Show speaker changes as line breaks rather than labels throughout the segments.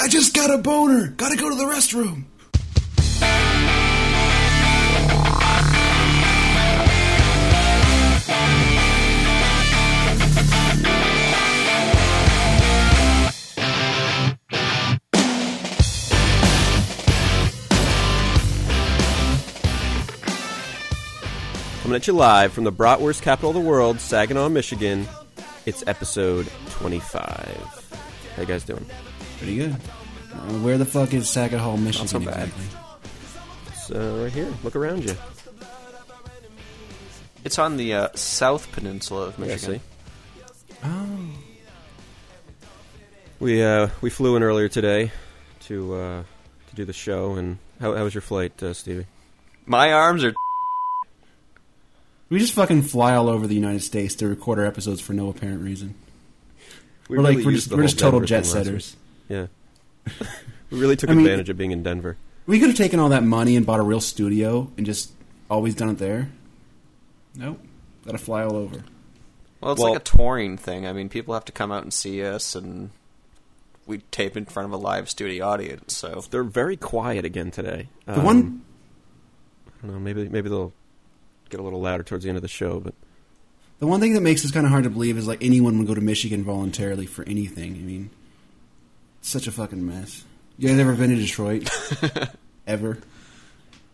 I just got a boner. Gotta go to the restroom.
Coming at you live from the bratwurst capital of the world, Saginaw, Michigan. It's episode 25. How you guys doing?
Pretty good. Uh, where the fuck is Sackett Hall, Michigan
so bad.
exactly?
It's uh, right here. Look around you.
It's on the uh, South Peninsula of
Yeah,
Michigan.
see? Um. We uh, we flew in earlier today to uh, to do the show. And how, how was your flight, uh, Stevie?
My arms are.
We just fucking fly all over the United States to record our episodes for no apparent reason.
We
are
really
like we're just,
used the
we're
whole
just total
Denver
jet
thing last week.
setters.
Yeah. we really took
I mean-
advantage of being in Denver.
We could have taken all that money and bought a real studio and just always done it there. Nope. Gotta fly all over.
Well, it's
Well-
like a touring thing. I mean, people have to come out and see us, and we tape in front of a live studio audience. So
They're very quiet again today. Um,
The one
I don't know. Maybe maybe they'll get a little louder towards the end of the show. But
the one thing that makes this kinda hard to believe is like anyone would go to Michigan voluntarily for anything. I mean it's such a fucking mess. You guys ever been to Detroit? ever?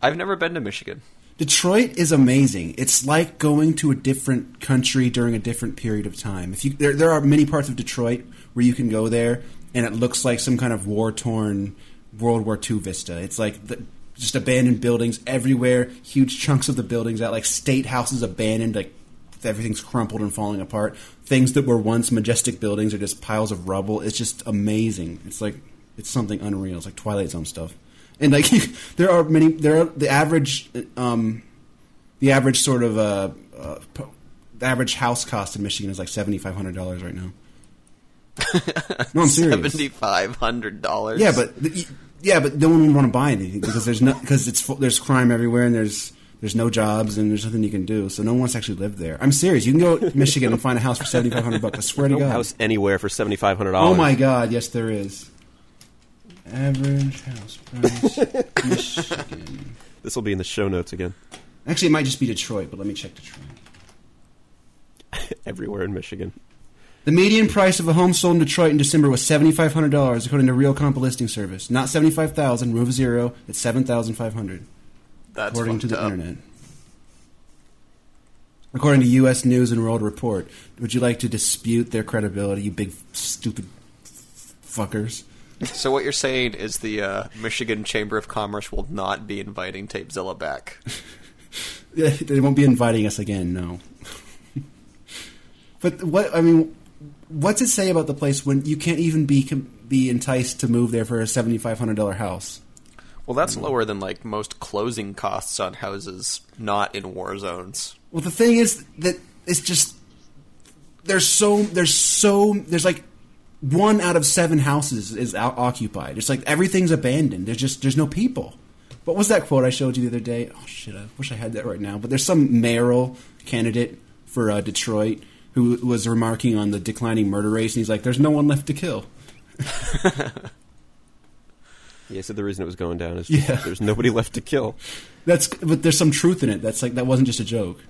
I've never been to Michigan.
Detroit is amazing. It's like going to a different country during a different period of time. If you there, there are many parts of Detroit where you can go there and it looks like some kind of war torn World War II vista. It's like the, just abandoned buildings everywhere, huge chunks of the buildings out, like state houses abandoned, like everything's crumpled and falling apart. Things that were once majestic buildings are just piles of rubble. It's just amazing. It's like it's something unreal. It's like Twilight Zone stuff. And like there are many, there are the average, um, the average sort of uh, uh, po- the average house cost in Michigan is like seventy five hundred dollars right now. No, I'm serious.
Seventy five hundred dollars.
Yeah, but the, yeah, but no one would want to buy anything because there's no because it's full, there's crime everywhere and there's there's no jobs and there's nothing you can do. So no one wants to actually live there. I'm serious. You can go to Michigan and find a house for seventy five hundred bucks. I swear to
no
God.
house anywhere for seventy five hundred dollars.
Oh my God! Yes, there is. Average house price, Michigan.
This will be in the show notes again.
Actually, it might just be Detroit, but let me check Detroit.
Everywhere in Michigan.
The median price of a home sold in Detroit in December was seventy five hundred dollars, according to Real Comp listing service. Not seventy five thousand. Remove zero. It's seven thousand five hundred.
that's
according to
fucked
the
up.
internet. According to U.S. News and World Report, would you like to dispute their credibility, you big stupid fuckers?
So what you're saying is the uh, Michigan Chamber of Commerce will not be inviting Tapezilla back.
They won't be inviting us again, no. but what I mean, what's it say about the place when you can't even be be enticed to move there for a seventy five hundred dollar house?
Well, that's
Hmm.
lower than like most closing costs on houses not in war zones.
Well, the thing is that it's just there's so there's so there's like one out of seven houses is out occupied. It's like everything's abandoned. There's just there's no people. What was that quote I showed you the other day? Oh shit! I wish I had that right now. But there's some mayoral candidate for uh, Detroit who was remarking on the declining murder rates, and he's like, "There's no one left to kill."
Yeah, he said the reason it was going down is
Yeah.
there's nobody left to kill.
That's but there's some truth in it. That's like that wasn't just a joke.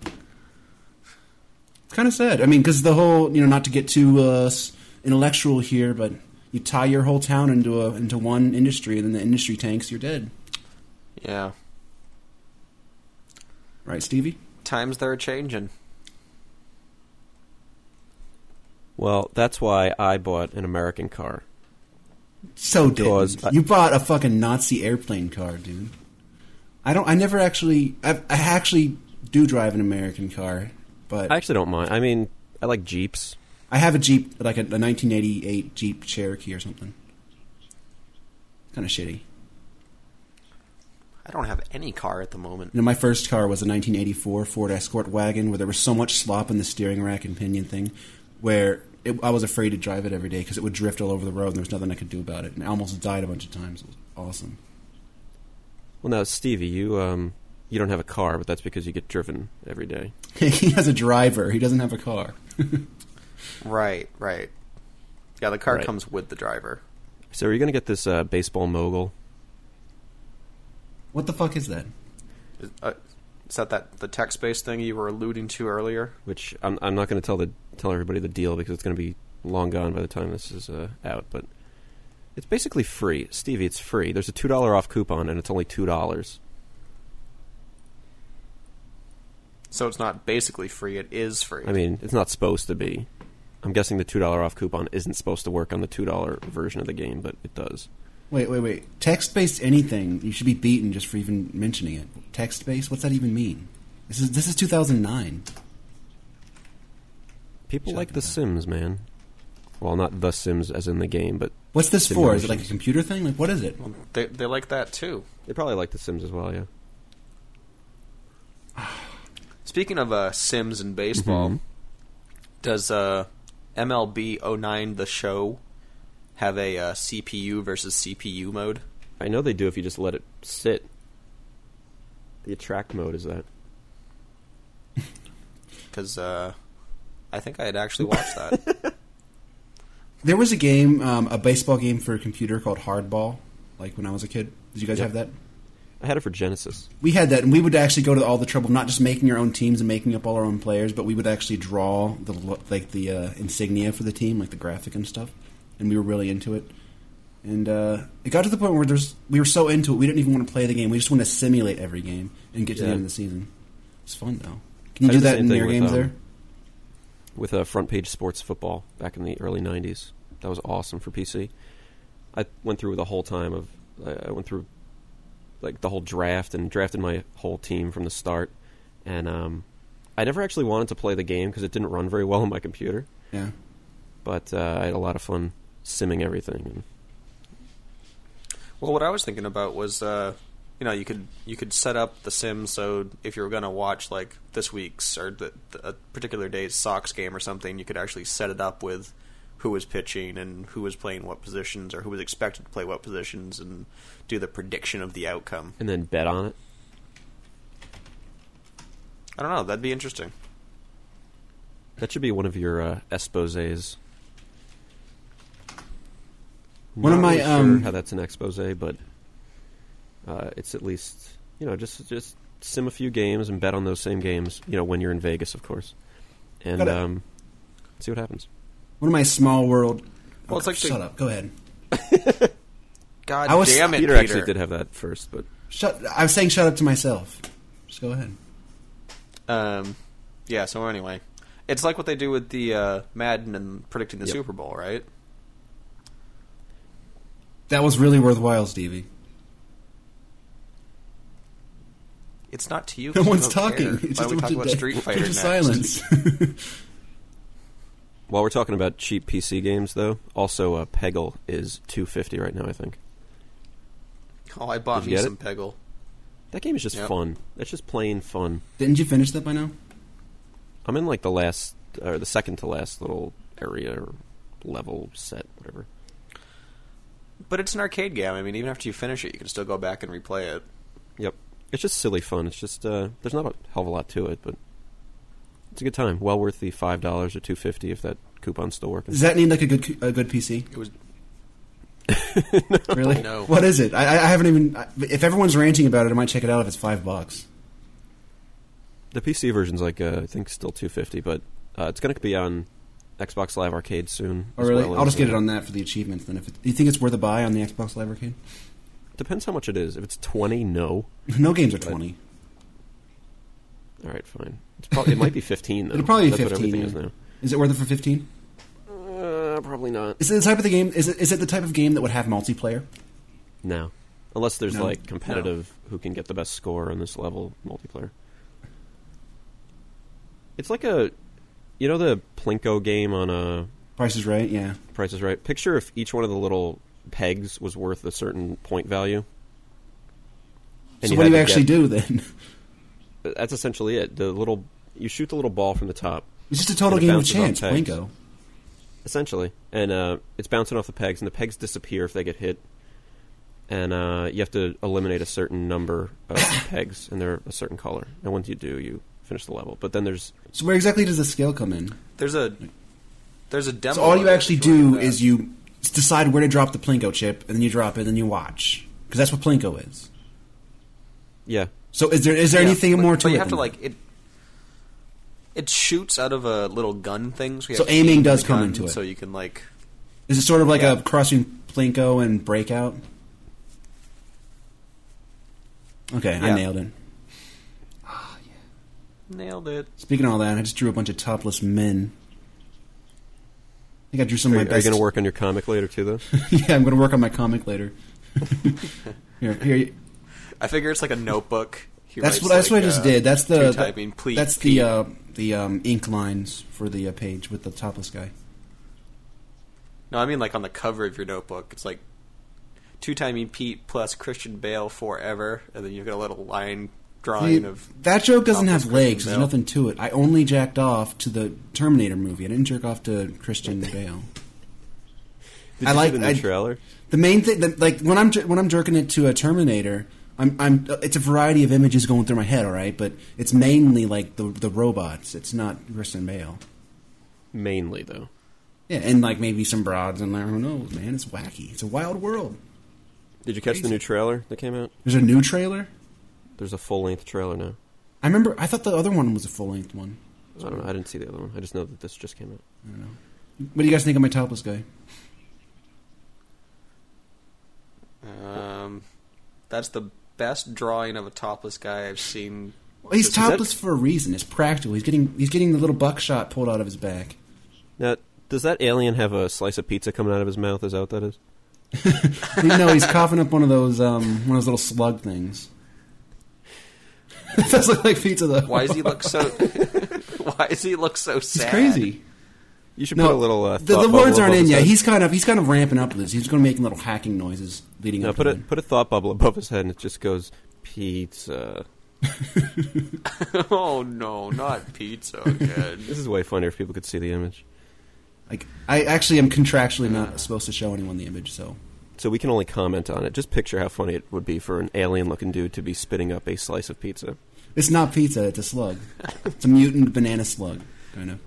It's kind of sad. I mean, because the whole you know not to get too uh, s- intellectual here, but you tie your whole town into a into one industry, and then the industry tanks, you're dead,
Yeah,
right, Stevie?
times they're changing.
Well, that's why I bought an American car.
So
Because
dead.
I-
You bought a fucking Nazi airplane car, dude. I don't. I never actually. I, I actually do drive an American car, but
I actually don't mind. I mean, I like Jeeps.
I have a Jeep, like a, a 1988 Jeep Cherokee or something. Kind of shitty.
I don't have any car at the moment.
You know, my first car was a 1984 Ford Escort wagon where there was so much slop in the steering rack and pinion thing where it, I was afraid to drive it every day because it would drift all over the road and there was nothing I could do about it. And I almost died a bunch of times. It was awesome.
Well, now Stevie, you um, you don't have a car, but that's because you get driven every day.
he has a driver. He doesn't have a car.
Right, right. Yeah, the car
Right.
comes with the driver.
So are you going to get this uh, baseball mogul?
What the fuck is that?
Is, uh, is that that the text based thing you were alluding to earlier?
Which I'm, I'm not going to tell the tell everybody the deal because it's going to be long gone by the time this is uh, out. But it's basically free, Stevie. It's free. There's a two dollar off coupon, and it's only two dollars.
So it's not basically free; it is free.
I mean, it's not supposed to be. I'm guessing the two dollar off coupon isn't supposed to work on the two dollar version of the game, but it does.
Wait, wait, wait. Text based anything, you should be beaten just for even mentioning it. Text based? What's that even mean? This is this is 2009.
People like The Sims, man. Well, not The Sims as in the game, but
What's this for? Is it like a computer thing? Like what is it?
they they like that too.
they probably like The Sims as well, yeah.
Speaking of uh, Sims and baseball,
Mm-hmm.
does uh, MLB 09 the show have a uh, CPU versus CPU mode?
I know they do if you just let it sit. The attract mode is that.
Because uh, I think I had actually watched that.
There was a game, um, a baseball game for a computer called Hardball. Like when I was a kid, did you guys
Yep.
have that?
I had it for Genesis.
We had that, and we would actually go to all the trouble of not just making our own teams and making up all our own players, but we would actually draw the lo- like the uh, insignia for the team, like the graphic and stuff. And we were really into it. And uh, it got to the point where there's we were so into it, we didn't even want to play the game. We just want to simulate every game and get to the
Yeah.
end of the season. It's fun though. Can you
I
do
did the
that
same
in
thing
your
with,
games
um,
there?
with uh, front page sports football back in the early '90s. That was awesome for PC. I went through the whole time of I I went through like the whole draft and drafted my whole team from the start. And um, I never actually wanted to play the game because it didn't run very well on my computer.
Yeah.
But uh, I had a lot of fun simming everything. And
well, what I was thinking about was, uh, you know, you could you could set up the Sims so if you were going to watch like this week's or the, the, a particular day's Sox game or something, you could actually set it up with who was pitching and who was playing what positions or who was expected to play what positions and do the prediction of the outcome.
and then bet on it.
I don't know. That'd be interesting.
That should be one of your uh, exposes.
One of
Not
my,
really
um,
sure how that's an expose, but uh, it's at least you know just just sim a few games and bet on those same games. You know when you're in Vegas, of course, and
Got it.
um, see what happens.
One of my small world. Oh,
Well, it's like the-
shut up. Go ahead.
God
I was-
damn it,
Peter,
Peter!
actually did have that first, but
Shut. I was saying shut up to myself. Just go ahead.
Um, yeah. So anyway, it's like what they do with the uh, Madden and predicting the
Yep.
Super Bowl, right?
That was really worthwhile, Stevie.
It's not to you.
No
'cause you
one's
don't
talking.
Care.
It's
Why
just
don't
a
we
bunch
talk
of
about
dead-
Street
bunch
Fighter
of
next?
silence.
while we're talking about cheap PC games, though, also uh, Peggle is two fifty right now. I think
Oh, I bought
Did you
me
get
some
it?
Peggle.
that game is just
Yep.
fun. That's just plain fun.
Didn't you finish that by now?
I'm in like the last or the second to last little area or level set, whatever.
But it's an arcade game. I mean, even after you finish it, you can still go back and replay it.
Yep. It's just silly fun. It's just uh, there's not a hell of a lot to it, but it's a good time. Well worth the five dollars or two fifty if that coupon's still working.
Does that need like a good a good PC?
It was
Really?
No.
What is it? I, I haven't even. I, if everyone's ranting about it, I might check it out if it's five bucks.
The PC version's like uh, I think still two fifty, but uh, it's going to be on Xbox Live Arcade soon.
Oh,
as
really?
well
I'll
as,
just get it
uh,
on that for the achievements. Then, if it, do you think it's worth a buy on the Xbox Live Arcade?
Depends how much it is. If it's twenty, no.
No games are twenty.
All right, fine. It's probably it might be fifteen though.
It'll probably be
That's what
15,
everything
yeah.
is
Is it worth it for fifteen?
now. Uh, probably not.
Is it the type of the game? Is it is it the type of game that would have multiplayer?
No, unless there's
No.
like competitive who can get the best score on this level multiplayer. It's like a, you know, the Plinko game on a
Price is right. Yeah.
Price is Right. Picture if each one of the little pegs was worth a certain point value.
so what do
had
you
to
actually
get-
do then?
That's essentially it. The little you shoot the little ball from the top,
It's just a total
And it
game of
bounces off
chance.
pegs.
Blinko.
essentially, and uh, it's bouncing off the pegs, and the pegs disappear if they get hit. And uh, you have to eliminate a certain number of pegs, and they're a certain color. And once you do, you finish the level. But then there's
So where exactly does the scale come in?
there's a there's a demo.
So all
of
you
it if
actually
wanna
do
that.
is you decide where to drop the Plinko chip, and then you drop it, and then you watch because that's what Plinko is.
Yeah.
So is there is there
Yeah,
anything
but-
more to
but
it?
You have
than
to
that?
like it. It shoots out of a little gun thing, so, you
So
have to
aiming
aim the
does come
gun
into it.
So you can like,
Is it sort of like
Yeah.
a crossing Plinko and Breakout? Okay, I
Yeah.
nailed it.
nailed it.
Speaking of all that, I just drew a bunch of topless men. I think I drew some
Are,
of
are
my
you
best.
going to work on your comic later too, though?
yeah, I'm going to work on my comic later. here, here.
I figure it's like a notebook. He
That's
writes,
what that's what
like,
I just
uh,
did. That's the
two typing. Please,
that's
Pete.
the uh, the um, ink lines for the uh, page with the topless guy.
no, I mean like on the cover of your notebook. It's like two timing Pete plus Christian Bale forever, and then you've got a little line drawing
See,
of.
that joke doesn't
topless
have legs.
Christian
There's
Bale.
nothing to it. I only jacked off to the Terminator movie. I didn't jerk off to Christian Bale.
Did
I
you see
like-
the new
I-
trailer.
The main thing, that, like when I'm jer- when I'm jerking it to a Terminator, I'm I'm it's a variety of images going through my head. All right, but it's mainly like the the robots. It's not Christian Bale.
Mainly though.
Yeah, and like maybe some broads in there. Who knows, man? It's wacky. It's a wild world.
Did you catch the new trailer that came out?
There's a new trailer.
There's a full length trailer now.
I remember. I thought the other one was a full length one.
I don't know. I didn't see the other one. I just know that this just came out.
What do you guys think of my topless guy?
Um, that's the best drawing of a topless guy I've seen.
Well, he's
Is that-
topless for a reason. It's practical. He's getting he's getting the little buckshot pulled out of his back.
Now, does that alien have a slice of pizza coming out of his mouth? Is that what that is?
You know, he's coughing up one of those um, one of those little slug things. it does look like pizza though.
Why does he look so? why does he look so
It's
sad?
crazy.
You should
No,
put a little. Uh,
the,
thought
the
bubble
words aren't
above
in
his
yet.
head.
He's kind of he's kind of ramping up with this. He's going to make little hacking noises leading
No,
up.
put
to
a
it.
put a thought bubble above his head, and it just goes pizza.
oh no, not pizza again.
This is way funnier if people could see the image.
Like I actually am contractually not supposed to show anyone the image, so
So we can only comment on it. Just picture how funny it would be for an alien-looking dude to be spitting up a slice of pizza.
it's not pizza. It's a slug. it's a mutant banana slug, kind of.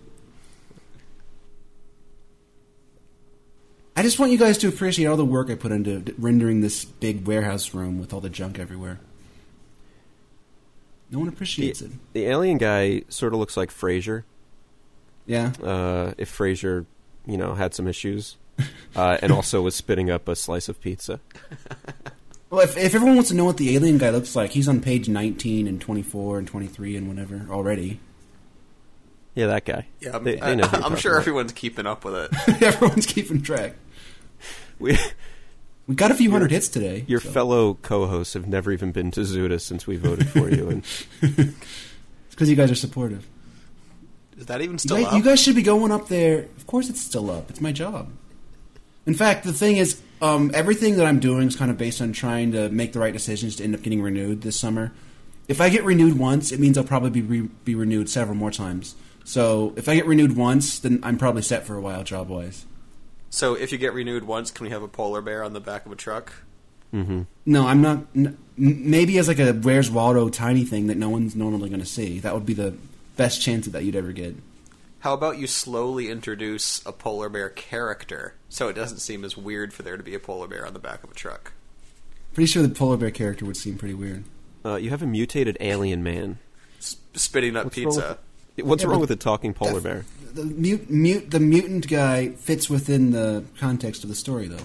I just want you guys to appreciate all the work I put into d- rendering this big warehouse room with all the junk everywhere. No one appreciates
The,
it.
the alien guy sort of looks like Frasier.
Yeah.
Uh, if Frasier, you know, had some issues, uh, and also was spitting up a slice of pizza.
Well, if, if everyone wants to know what the alien guy looks like, he's on page 19 and 24 and 23 and whatever already.
Yeah, that guy.
Yeah, I'm,
They- they
I-
know who you're
I'm
talking
sure
about.
everyone's keeping up with it.
Everyone's keeping track.
We,
We got a few hundred
Your-
hits today.
your
so
fellow co-hosts have never even been to Zuda since we voted for you, and
It's because you guys are supportive.
Is that even
You
still
guys,
up?
you guys should be going up there. Of course, it's still up. It's my job. In fact, the thing is, um, everything that I'm doing is kind of based on trying to make the right decisions to end up getting renewed this summer. If I get renewed once, it means I'll probably be, re- be renewed several more times. So if I get renewed once, then I'm probably set for a while job wise.
so if you get renewed once, can we have a polar bear on the back of a truck?
No, I'm not. N- m- maybe as like a Where's Waldo tiny thing that no one's normally going to see. That would be the best chance of that you'd ever get.
How about you slowly introduce a polar bear character so it doesn't seem as weird for there to be a polar bear on the back of a truck?
Pretty sure the polar bear character would seem pretty weird.
uh, you have a mutated alien man.
S- spitting up
What's wrong
pizza.
with, what's
Yeah,
wrong
but
with a talking polar bear?
The mute, mute, the mutant guy fits within the context of the story, though.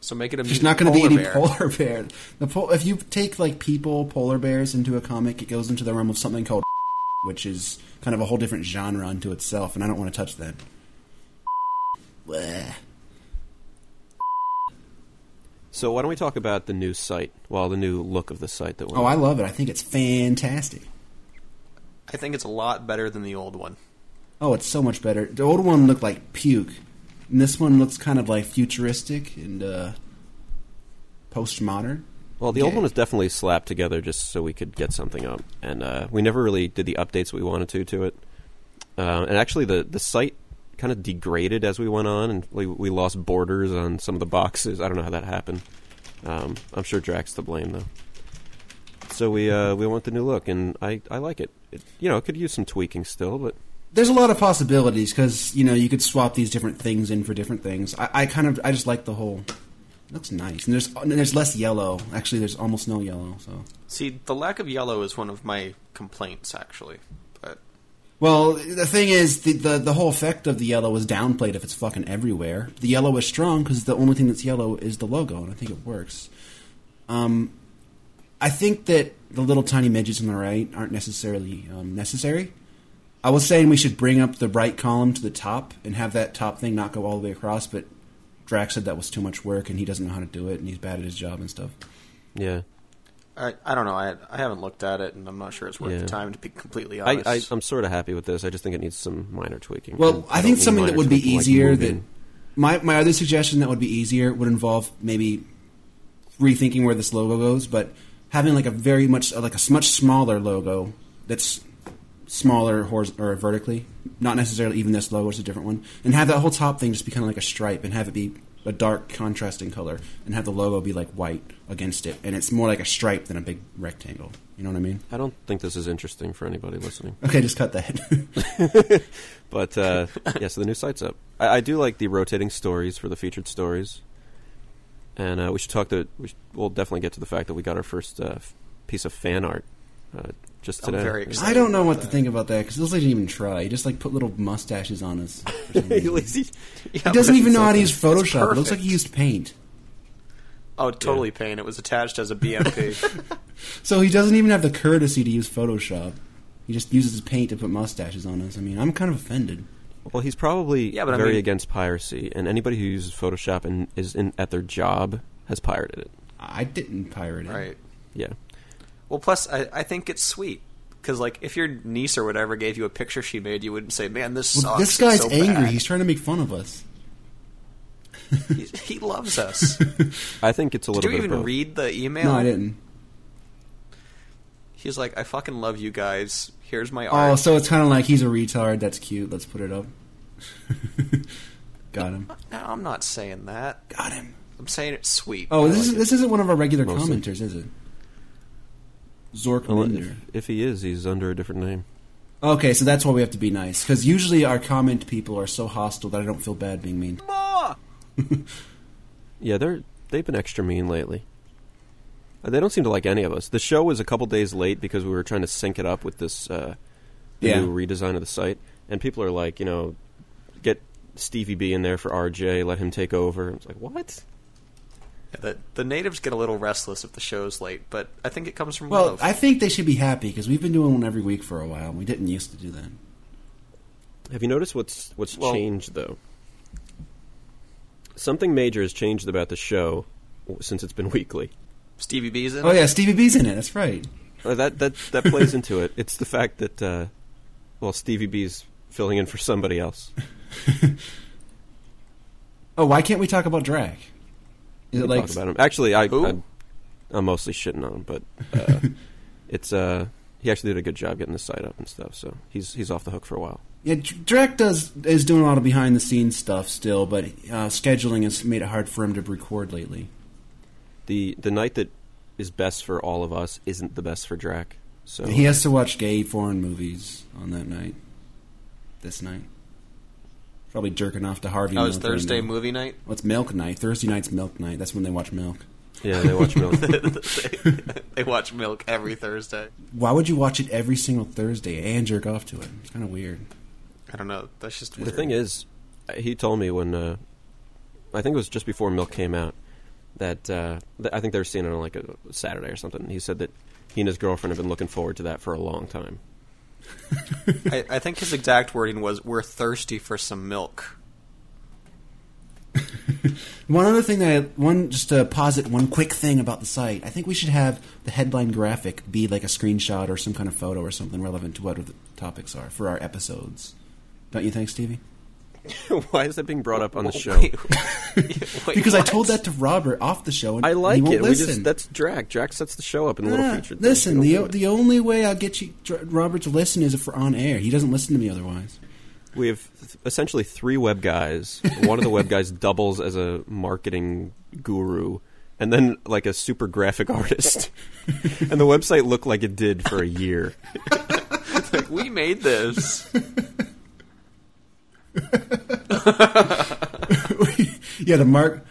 So make it a
There's
mutant
not going to be
polar
any
bear.
polar bear. The pol- if you take like people, polar bears into a comic, it goes into the realm of something called, which is kind of a whole different genre unto itself, and I don't want to touch that. Bleh.
So why don't we talk about the new site? Well, the new look of the site that.
Oh, I love it. I think it's fantastic.
I think it's a lot better than the old one.
Oh, it's so much better. The old one looked like puke, and this one looks kind of like futuristic and uh, postmodern.
Well, the old
Yeah.
one was definitely slapped together just so we could get something up, and uh, we never really did the updates we wanted to to it. Uh, and actually, the the site kind of degraded as we went on, and we we lost borders on some of the boxes. I don't know how that happened. Um, I'm sure Drax to blame though. So we uh, we want the new look, and I, I like it. it. You know, it could use some tweaking still, but
there's a lot of possibilities because you know you could swap these different things in for different things. I, I kind of I just like the whole. Looks nice, and there's and there's less yellow. Actually, there's almost no yellow. So
See, the lack of yellow is one of my complaints, actually. But
Well, the thing is, the, the the whole effect of the yellow was downplayed if it's fucking everywhere. The yellow is strong because the only thing that's yellow is the logo, and I think it works. Um, I think that the little tiny midgets on the right aren't necessarily um, necessary. I was saying we should bring up the right column to the top and have that top thing not go all the way across, but Drax said that was too much work and he doesn't know how to do it and he's bad at his job and stuff.
Yeah.
I, I don't know. I I haven't looked at it, and I'm not sure it's worth
Yeah.
the time to be completely
I,
honest.
I, I'm sort of happy with this. I just think it needs some minor tweaking.
Well, I, think
don't need
something that
minor
would be
tweaking, like
easier that
moving-
my my other suggestion that would be easier would involve maybe rethinking where this logo goes, but having like a very much like a s- much smaller logo that's smaller horiz- or vertically, not necessarily even this logo, it's a different one, and have that whole top thing just be kind of like a stripe and have it be a dark contrasting color and have the logo be like white against it and it's more like a stripe than a big rectangle. You know what I mean?
I don't think this is interesting for anybody listening.
Okay, just cut that.
But uh, yeah, so the new site's up. I, I do like the rotating stories for the featured stories, and uh, we should talk to. We should, we'll definitely get to the fact that we got our first uh, f- piece of fan art uh, just
I'm
today.
very
It's-
I don't know what to think about that because this lady didn't even try. He just like put little mustaches on us. for some
He
reason.
lazy-
he doesn't even know how to use
It's
Photoshop. It looks like
perfect.
he used paint.
Oh, totally pain. It was attached as a BMP.
So he doesn't even have the courtesy to use Photoshop. He just uses paint to put mustaches on us. I mean, I'm kind of offended.
Well, he's probably
Yeah, but I
very
mean-
against piracy, and anybody who uses Photoshop and is in at their job has pirated it.
I didn't pirate it.
right.
Yeah,
Well, plus I, I think it's sweet because like if your niece or whatever gave you a picture she made, you wouldn't say, "Man, this
Well,
sucks."
this
It's
guy's
so
angry.
bad."
He's trying to make fun of us.
he, he loves us.
I think it's a
Did
little
you
bit. of
even
both.
read the email?
No, I didn't.
He's like, "I fucking love you guys. Here's my
Oh,
art."
so it's kind of like he's a retard. That's cute. Let's put it up. Got him.
no, I'm not saying that.
Got him.
I'm saying it's sweet.
Oh,
I
this
like
is
it.
this isn't one of our regular
Mostly.
commenters, is it? Zork
Well,
Linder.
if, if he is, he's under a different name.
Okay, so that's why we have to be nice. Because usually our comment people are so hostile that I don't feel bad being mean.
Yeah, they're they've been extra mean lately. Uh, They don't seem to like any of us. The show was a couple days late because we were trying to sync it up with this uh, the
Yeah.
new redesign of the site, and people are like, you know, get Stevie B in there for RJ, let him take over. It's like what?
The, the natives get a little restless if the show's late, but I think it comes from
Well,
love.
I think they should be happy because we've been doing one every week for a while. and We didn't used to do that.
Have you noticed what's what's
Well-
changed though? Something major has changed about the show w- since it's been weekly.
Stevie B's in.
Oh
it.
yeah, Stevie B's in it. That's right.
Uh, that that that plays into it. It's the fact that uh, well, Stevie B's filling in for somebody else.
Oh, why can't we talk about Drac? Is it
We
like
talked about him. Actually, I,
Who?
I I'm mostly shitting on him, but uh, it's uh he actually did a good job getting the site up and stuff. So he's he's off the hook for a while.
yeah, Dr- Drac does is doing a lot of behind the scenes stuff still, but uh, scheduling has made it hard for him to record lately.
The the night that is best for all of us isn't the best for Drac. So
He has to watch gay foreign movies on that night. This night, probably jerking off to Harvey.
Oh, it's
Milk right
Thursday
Mm-hmm.
now.
movie night.
Well, it's milk night. Thursday night's milk night. That's when they watch milk.
yeah, they watch Milk.
they, they watch Milk every Thursday.
Why would you watch it every single Thursday and jerk off to it? It's kind of weird.
I don't know. That's just
the
weird.
thing is, he told me when uh, I think it was just before Milk came out that uh, th- I think they were seeing it on like a Saturday or something. He said that he and his girlfriend have been looking forward to that for a long time.
I, I think his exact wording was, "We're thirsty for some milk."
One other thing that I, one just to posit one quick thing about the site. I think we should have the headline graphic be like a screenshot or some kind of photo or something relevant to what the topics are for our episodes. Don't you think, Stevie?
Why is that being brought up on the
Wait,
show?
wait,
Because I
what?
told that to Robert off the show, and
I
and
like
he won't
it.
Listen.
We just that's Drac. Drac sets the show up in a little
Ah,
feature. thing.
listen,
We
the
don't do
the only way I'll get you Dr- Robert to listen is if we're on air. He doesn't listen to me otherwise.
it. we have th- essentially three web guys. One of the web guys doubles as a marketing guru, and then like a super graphic artist. and the website looked like it did for a year.
Like, we made this.
yeah, the mark.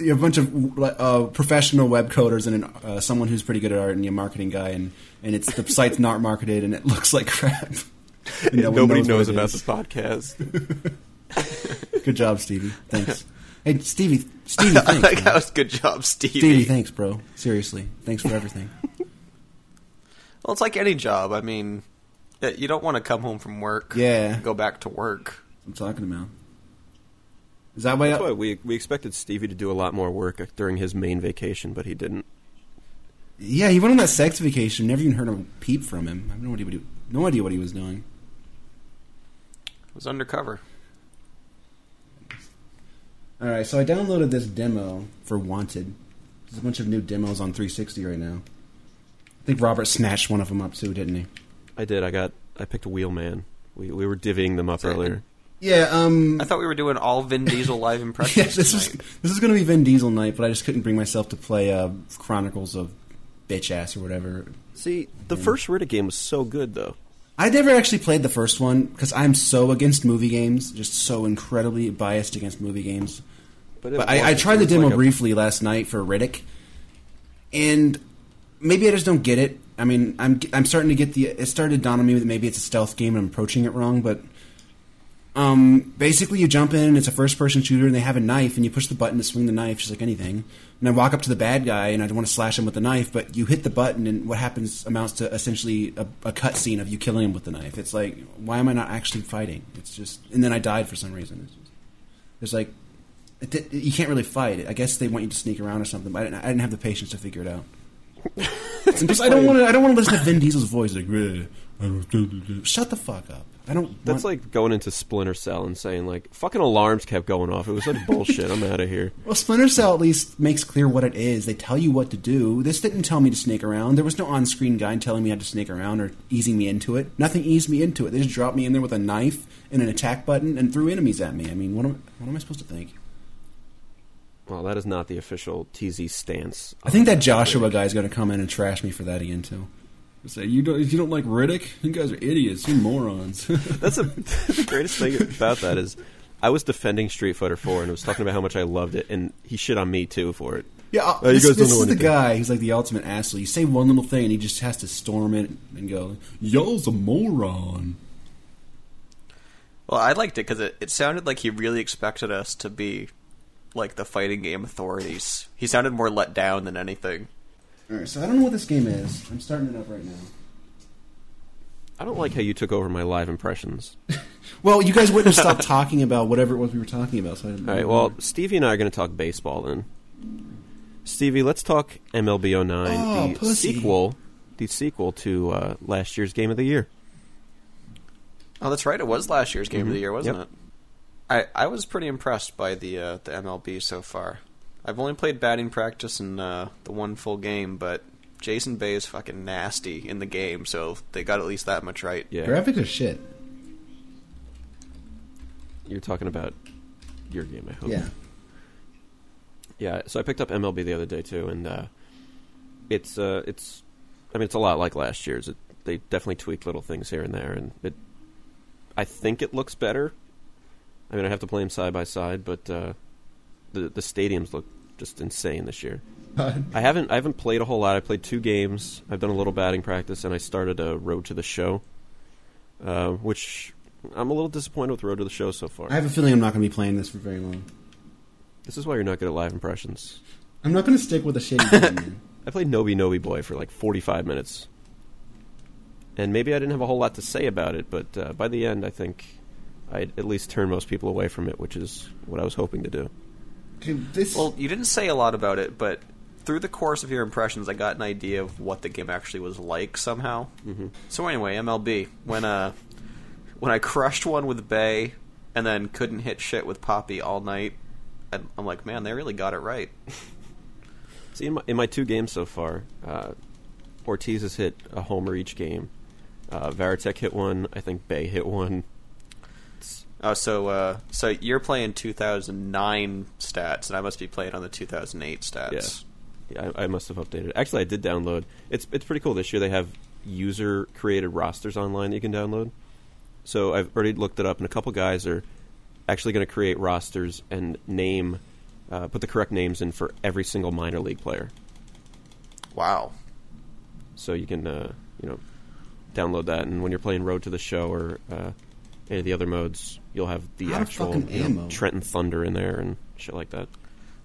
A bunch of uh, professional web coders and an, uh, someone who's pretty good at art, and a marketing guy, and, and it's the site's not marketed, and it looks like crap. And no one
Nobody
what
knows
it
about
is.
this podcast.
Good job, Stevie. Thanks. Hey, Stevie. Stevie, thanks.
like, that
man.
was good job, Stevie.
Stevie, thanks, bro. Seriously, thanks for everything.
Well, it's like any job. I mean, yeah, you don't want to come home from work,
Yeah.
and go back to work.
I'm talking about. Is that way
That's why
up?
we we expected Stevie to do a lot more work during his main vacation, but he didn't.
Yeah, he went on that sex vacation. Never even heard a peep from him. I have no idea what he, no idea what he was doing.
It was undercover.
All right, so I downloaded this demo for Wanted. There's a bunch of new demos on 360 right now. I think Robert snatched one of them up too, didn't he?
I did. I got. I picked Wheelman. We we were divvying them up earlier.
Yeah. Um.
I thought we were doing all Vin Diesel live impressions.
Yeah, this is
tonight.
this is going to be Vin Diesel night, but I just couldn't bring myself to play uh, Chronicles of Bitch Ass or whatever.
See, the first Riddick game was so good though.
I never actually played the first one because I'm so against movie games, just so incredibly biased against movie games.
it
But I, I
wasn't.
tried the
It was
demo
like a-
briefly last night for Riddick, and maybe I just don't get it. I mean, I'm I'm starting to get the. It started to dawn on me that maybe it's a stealth game and I'm approaching it wrong. But um, basically, you jump in. It's a first-person shooter, and they have a knife, and you push the button to swing the knife, just like anything. And I walk up to the bad guy, and I want to slash him with the knife, but you hit the button, and what happens amounts to essentially a, a cutscene of you killing him with the knife. It's like, why am I not actually fighting? It's just, and then I died for some reason. It's just, there's like it, it- you can't really fight. I guess they want you to sneak around or something. But I didn't, I didn't have the patience to figure it out. And plus, I don't want to. I don't want to listen to Vin Diesel's voice. Like, "Bleh, I don't- shut the fuck up. I don't.
That's
want-
like going into Splinter Cell and saying like fucking alarms kept going off. It was such bullshit. I'm out of here.
Well, Splinter Cell at least makes clear what it is. They tell you what to do. This didn't tell me to sneak around. There was no on-screen guide telling me I had to sneak around or easing me into it. Nothing eased me into it. They just dropped me in there with a knife and an attack button and threw enemies at me. I mean, what am what am I supposed to think?
Well, that is not the official TZ stance.
I think that Joshua guy's going to come in and trash me for that again too. Say you don't you don't like Riddick? You guys are idiots. You morons.
That's a, the greatest thing about that is I was defending Street Fighter 4 and I was talking about how much I loved it, and he shit on me too for it.
yeah, uh,
Uh, you
this,
guys don't
this
know
is the
anything.
guy. He's like the ultimate asshole. You say one little thing, and he just has to storm it and go, "Y'all's a moron."
Well, I liked it because it, it sounded like he really expected us to be like the fighting game authorities. He sounded more let down than anything.
All right, so I don't know what this game is. I'm starting it up right now.
I don't like how you took over my live impressions.
Well, you guys wouldn't stop talking about whatever it was we were talking about. So I didn't
All right, well, Stevie and I are going to talk baseball then. Stevie, let's talk MLB 09,
Oh,
the
pussy.
sequel, the sequel to uh, last year's Game of the Year.
Oh, that's right. It was last year's game of the
Mm-hmm.
year, wasn't
Yep.
it? I I was pretty impressed by the uh, the MLB so far. I've only played batting practice and uh, the one full game, but Jason Bay is fucking nasty in the game, so they got at least that much right.
Yeah,
graphics are shit.
you're talking about your game, I hope.
Yeah,
Yeah, so I picked up MLB the other day too, and uh, it's uh, it's, I mean, it's a lot like last year's. It, they definitely tweak little things here and there, and it, I think it looks better. I mean, I have to play them side by side, but uh, the the stadiums look just insane this year. I haven't I haven't played a whole lot. I played two games. I've done a little batting practice, and I started a Road to the Show, uh, which I'm a little disappointed with Road to the Show so far.
I have a feeling I'm not going to be playing this for very long.
this is why you're not good at live impressions.
I'm not going to stick with a shitty game. man.
I played Nobi Nobi Boy for like 45 minutes. And maybe I didn't have a whole lot to say about it, but uh, by the end, I think I at least turned most people away from it, which is what I was hoping to do.
Dude, this
Well, you didn't say a lot about it, but through the course of your impressions, I got an idea of what the game actually was like somehow. Mm-hmm. So anyway, MLB when uh when I crushed one with Bay and then couldn't hit shit with Poppy all night, I'm I'm like, man, they really got it right.
See, in my, in my two games so far, uh, Ortiz has hit a homer each game. Uh, Varitek hit one. I think Bay hit one.
Oh, so uh, so you're playing 2009 stats, and I must be playing on the 2008 stats.
Yeah, I, I must have updated. Actually, I did download. It's it's pretty cool. This year they have user created rosters online that you can download. So I've already looked it up, and a couple guys are actually going to create rosters and name, uh, put the correct names in for every single minor league player.
Wow.
So you can, uh, you know, download that, and when you're playing Road to the Show or uh, any of the other modes, you'll have the
How the
actual
fucking
you know,
ammo.
Trenton Thunder in there and shit like that.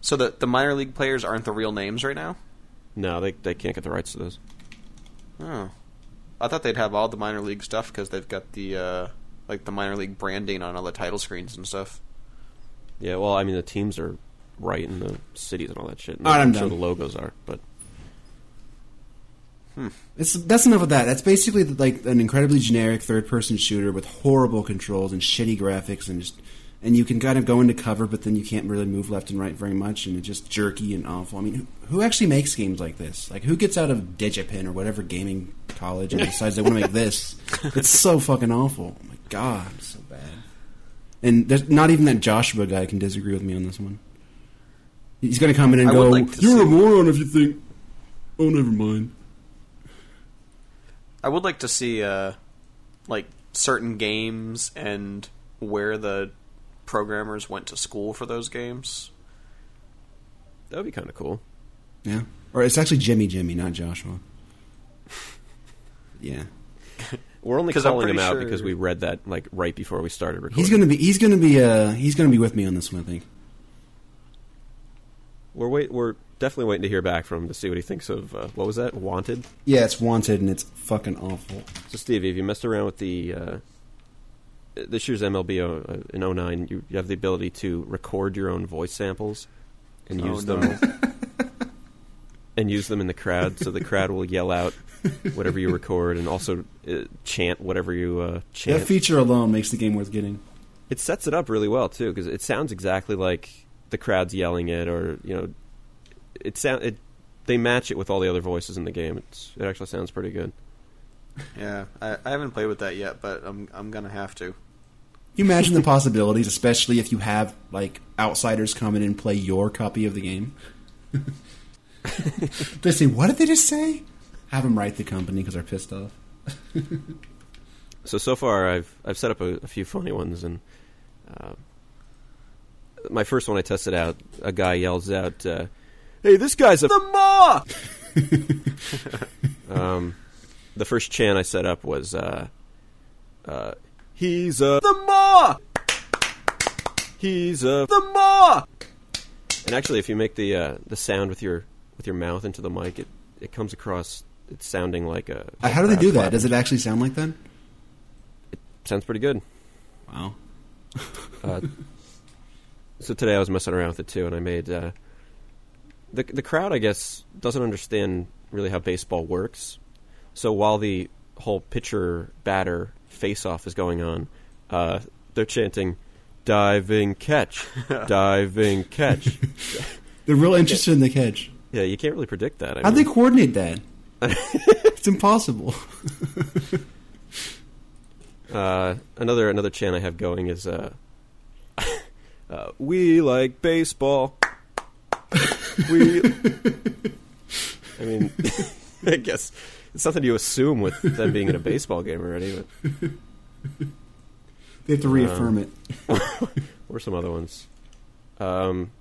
So the the minor league players aren't the real names right now.
No, they they can't get the rights to those.
Oh, I thought they'd have all the minor league stuff because they've got the uh, like the minor league branding on all the title screens and stuff.
Yeah, well, I mean the teams are right in the cities and all that shit. And
All right, I'm
sure
done.
the logos are, but
It's, that's enough of that. That's basically like an incredibly generic third-person shooter with horrible controls and shitty graphics, and just and you can kind of go into cover, but then you can't really move left and right very much, and it's just jerky and awful. I mean, who, who actually makes games like this? Like, who gets out of Digipin or whatever gaming college and decides they want to make this? It's so fucking awful. Oh my god, it's so bad. And there's not even that Joshua guy can disagree with me on this one. He's going to come in and
I
go,
would like to
"You're a
see-
moron if you think." Oh, never mind.
I would like to see uh, like certain games and where the programmers went to school for those games.
that would be kind of cool.
Yeah. Or it's actually Jimmy Jimmy, not Joshua. Yeah.
We're only
'Cause I'm
calling him
pretty
out
sure-
because we read that like right before we started recording.
He's gonna be he's gonna be uh he's gonna be with me on this one, I think.
We're wait. We're definitely waiting to hear back from him to see what he thinks of uh, what was that Wanted.
Yeah, it's wanted and it's fucking awful.
So Stevie, if you messed around with the uh, this year's MLB o- uh, in 09, you, you have the ability to record your own voice samples and
Oh,
use
no.
them and use them in the crowd. So the crowd will yell out whatever you record and also uh, chant whatever you uh, chant.
That feature alone makes the game worth getting.
it sets it up really well too because it sounds exactly like the crowd's yelling it or you know it sound it they match it with all the other voices in the game it's it actually sounds pretty good
Yeah, I, I haven't played with that yet, but I'm I'm gonna have to.
Can you imagine the possibilities, especially if you have like outsiders come in and play your copy of the game? they say, "What did they just say?" Have them write the company because they're pissed off.
so so far i've i've set up a, a few funny ones and uh, my first one i tested out a guy yells out uh, hey this guy's a
Ma!
um the first chant i set up was uh uh he's a
The Ma!
he's a
The Ma!
And actually, if you make the uh, the sound with your with your mouth into the mic, it, it comes across. It's sounding like a.
Uh, How do they do that? Does it actually sound like that?
sounds pretty good?
Wow.
Uh, so today I was messing around with it too, and I made uh, the the crowd. I guess doesn't understand really how baseball works. So while the whole pitcher batter face off is going on, uh, they're chanting, "Diving catch, diving catch."
They're real interested in the catch.
yeah, you can't really predict that. I
How'd
mean-
they coordinate that? it's impossible.
Uh, another another chant I have going is uh, uh, "We like baseball." we, I mean, I guess it's something you assume with them being in a baseball game already. But
They have to reaffirm it.
what are some other ones? Um,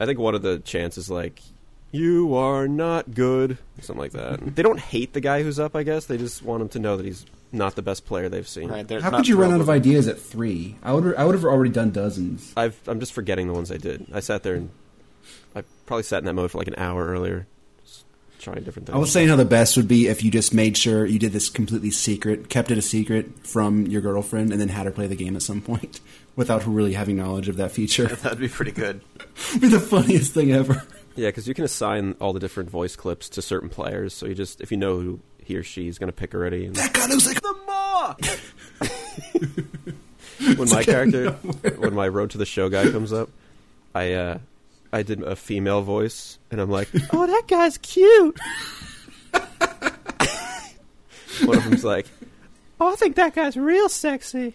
I think one of the chants is like, "You are not good," or something like that. they don't hate the guy who's up. I guess they just want him to know that he's not the best player they've seen.
Right, they're
How
not
could you run
thrilled
out of
with it.
ideas at three? I would I would have already done dozens.
I've, I'm just forgetting the ones I did. I sat there and I probably sat in that mode for like an hour earlier, just trying different things.
I was saying how the best would be if you just made sure you did this completely secret, kept it a secret from your girlfriend, and then had her play the game at some point without her really having knowledge of that feature.
That'd be pretty good.
be the funniest thing ever.
yeah, because you can assign all the different voice clips to certain players. So you just if you know who he or she's going to pick already. And
That guy looks like
The Ma!
when my character, when my road to the show guy comes up, I uh, I did a female voice, and I'm like, oh, that guy's cute. One of them's like, oh, I think that guy's real sexy.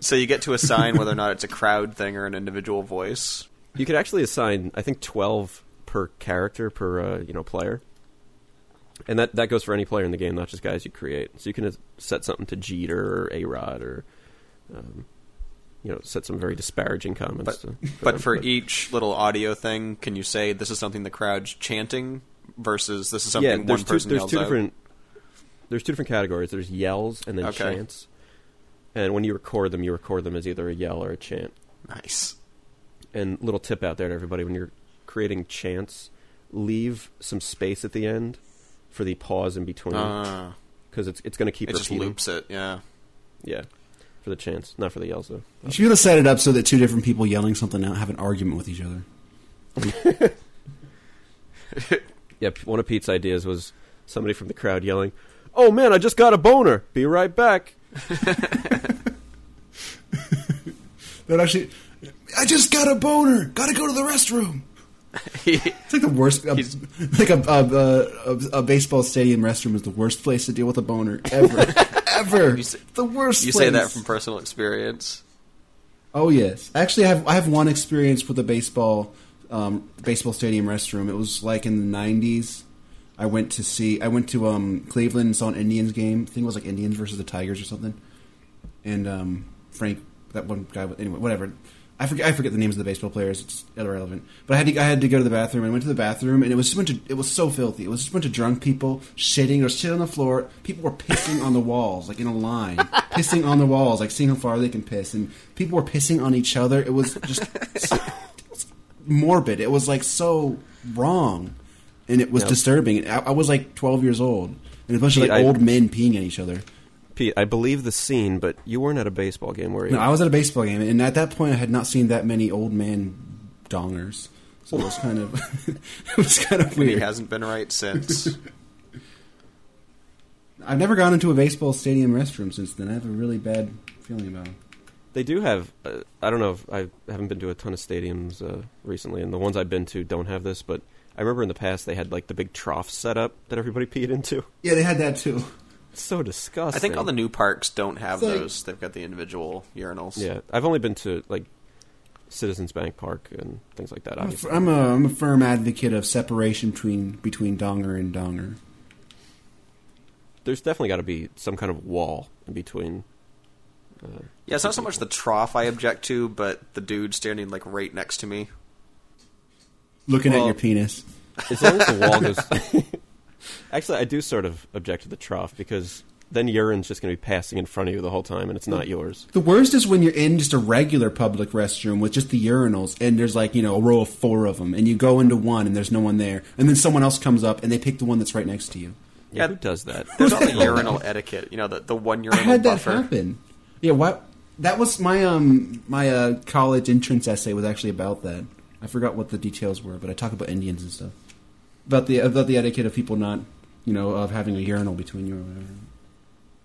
So you get to assign whether or not it's a crowd thing or an individual voice.
You could actually assign, I think, twelve per character per uh, you know player. and that that goes for any player in the game, not just guys you create. So you can set something to Jeter or A Rod or, um, you know, set some very disparaging comments.
But,
to, them.
but for each little audio thing, can you say this is something the crowd's chanting versus this is something
yeah,
one
there's two,
person
there's
yells
two
out?
different there's two different categories. There's yells and then
Okay.
chants. And when you record them, you record them as either a yell or a chant.
Nice.
and little tip out there to everybody when you're creating chants leave some space at the end for the pause in between
Uh,
because it's, it's going to keep
it just
repeating
loops it. Yeah.
yeah for the chants not for the yells though
You should have set it up so that two different people yelling something out have an argument with each other.
yeah p- one of pete's ideas was somebody from the crowd yelling oh man i just got a boner be right back
That actually,
I just got a boner. Gotta go to the restroom.
it's like the worst. A,
He's-
like a, a, a, a baseball stadium restroom is the worst place to deal with a boner ever, ever.
You say-
the worst.
You say that
place.
from personal experience.
Oh yes, actually, I have I have one experience with a baseball um, baseball stadium restroom. It was like in the '90s. I went to see I went to um, Cleveland and saw an Indians game. I think it was like Indians versus the Tigers or something. And um, Frank, that one guy. Anyway, whatever. I forget I forget the names of the baseball players. It's irrelevant. But I had to, I had to go to the bathroom. I went to the bathroom, and it was just a bunch of, it was so filthy. It was just a bunch of drunk people shitting or shit on the floor. People were pissing on the walls, like in a line, pissing on the walls, like seeing how far they can piss. And people were pissing on each other. It was just it was morbid. It was like so wrong, and it was
Yeah.
disturbing. And I, I was like twelve years old, and a bunch of
Pete,
like
I-
old men peeing at each other.
pete i believe the scene but you weren't at a baseball game were you
No, I was at a baseball game, and at that point, I had not seen that many old man dongers. So it was kind of it was kind of
And he
weird.
hasn't been right since.
I've never gone into a baseball stadium restroom since then. I have a really bad feeling about it.
They do have. Uh, I don't know if I haven't been to a ton of stadiums uh, recently, and the ones I've been to don't have this. But I remember in the past they had like the big trough set up that everybody peed into.
Yeah, they had that too.
It's so disgusting.
I think all the new parks don't have
It's like-
those. They've got the individual urinals.
yeah. I've only been to like Citizens Bank Park and things like that.
I'm a,
Obviously,
fir- I'm a I'm a firm advocate of separation between between donger and donger.
there's definitely got to be some kind of wall in between. Uh,
Yeah, it's not so much the trough I object to, but the dude standing like right next to me.
Looking at
Well-
your penis.
As long as the wall goes. Actually, I do sort of object to the trough because then urine's just going to be passing in front of you the whole time, and it's not yours.
The worst is when you're in just a regular public restroom with just the urinals, and there's like you know a row of four of them, and you go into one, and there's no one there, and then someone else comes up, and they pick the one that's right next to you.
Yeah,
Yeah.
who does that?
There's all the urinal etiquette. You know, the, the one
I
urinal
had that
buffer.
happen. Yeah, what? That was my um my uh, college entrance essay was actually about that. I forgot what the details were, but I talk about Indians and stuff about the about the etiquette of people not you know of having a urinal between you or whatever.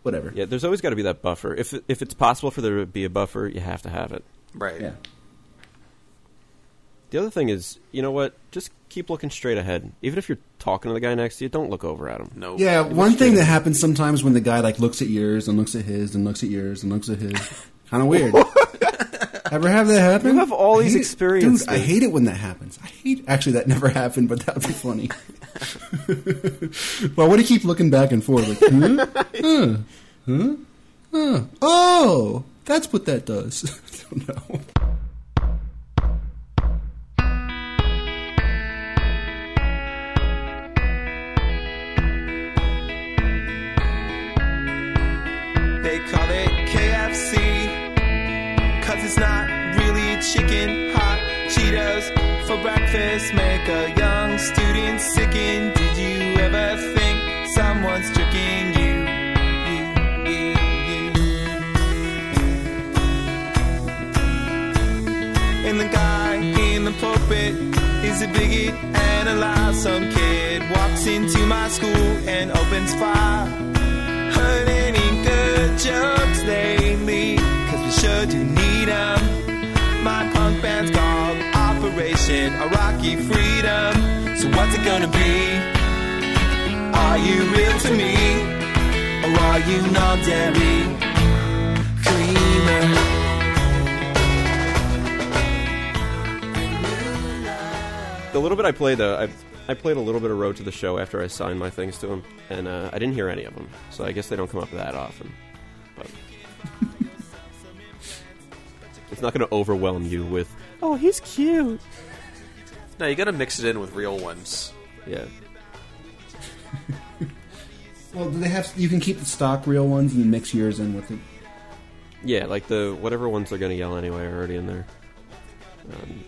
Whatever.
Yeah, there's always got to be that buffer. If if it's possible for there to be a buffer, you have to have it.
Right.
Yeah.
The other thing is, you know what? Just keep looking straight ahead. Even if you're talking to the guy next to you, don't look over at him.
No.
Yeah, one thing that happens sometimes when the guy like looks at yours and looks at his and looks at yours and looks at his, kind of weird. Ever have that happen?
You have all
I
these
hate it-
experiences.
Dude, I hate it when that happens. I hate. Actually, that never happened, but that would be funny. well, I want to keep looking back and forth. Like, huh? huh? Huh? Huh? Oh, that's what that does. I don't know.
They call it KFC. Cause it's not really chicken. Hot Cheetos for breakfast make a young student sicken. Did you ever think someone's tricking you? You, you, you. And the guy in the pulpit is a bigot and a liar. Some kid walks into my school and opens fire heard any good jokes lately? Cause we sure do need 'em. My punk band's called Operation Iraqi Freedom. So what's it gonna be? Are you real to me? Or are you non dairy? Creamer.
The little bit I play though, I I played a little bit of Road to the Show after I signed my things to him, and uh, I didn't hear any of them. So I guess they don't come up that often. But it's not going to overwhelm you with, oh, he's cute.
No, you gotta mix it in with real ones.
Yeah,
Well, do they have? You can keep the stock real ones and mix yours in with it.
yeah, like the whatever ones they're going to yell anyway are already in there. Um,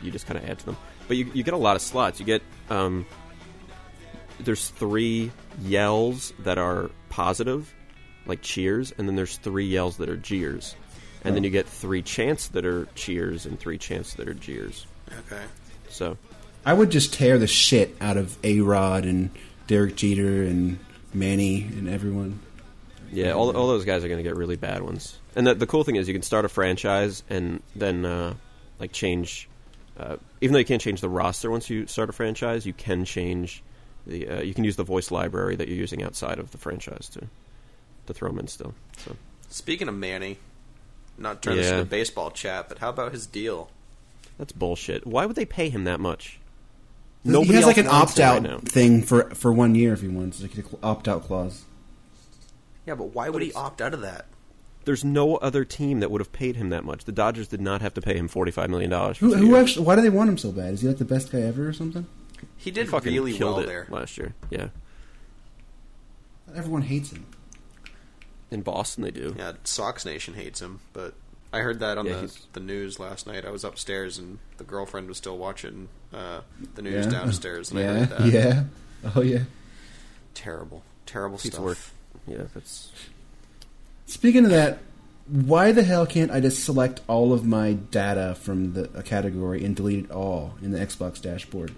you just kind of add to them, but you you get a lot of slots. You get um, there's three yells that are positive, like cheers, and then there's three yells that are jeers, and then you get three chants that are cheers and three chants that are jeers.
Okay.
So
I would just tear the shit out of A Rod and Derek Jeter and Manny and everyone.
Yeah, all, all those guys are going to get really bad ones. And the, the cool thing is, you can start a franchise and then uh, like change. Uh, even though you can't change the roster once you start a franchise, you can change the. Uh, you can use the voice library that you're using outside of the franchise to to throw them in still. So
Speaking of Manny, not turning this
Yeah.
into a baseball chat, but how about his deal?
that's bullshit. Why would they pay him that much?
he has like an
wants
opt
him
out
right now.
thing for for one year if he wants, like an opt out clause.
Yeah, but why would he opt out of that?
There's no other team that would have paid him that much. The Dodgers did not have to pay him forty five million dollars.
Who, who actually? Why do they want him so bad? Is he like the best guy ever or something?
He did
fucking
really
killed
well
it
there.
last year? Yeah,
Everyone hates him.
in Boston they do.
Yeah, Sox Nation hates him, but I heard that on
Yeah,
the,
he's-
the news last night. I was upstairs and the girlfriend was still watching uh, the news
Yeah.
downstairs, and I
yeah,
heard that.
yeah. Oh yeah.
Terrible, terrible
Piece
stuff.
of work. Yeah, that's
Speaking of that, why the hell can't I just select all of my data from the a category and delete it all in the Xbox dashboard?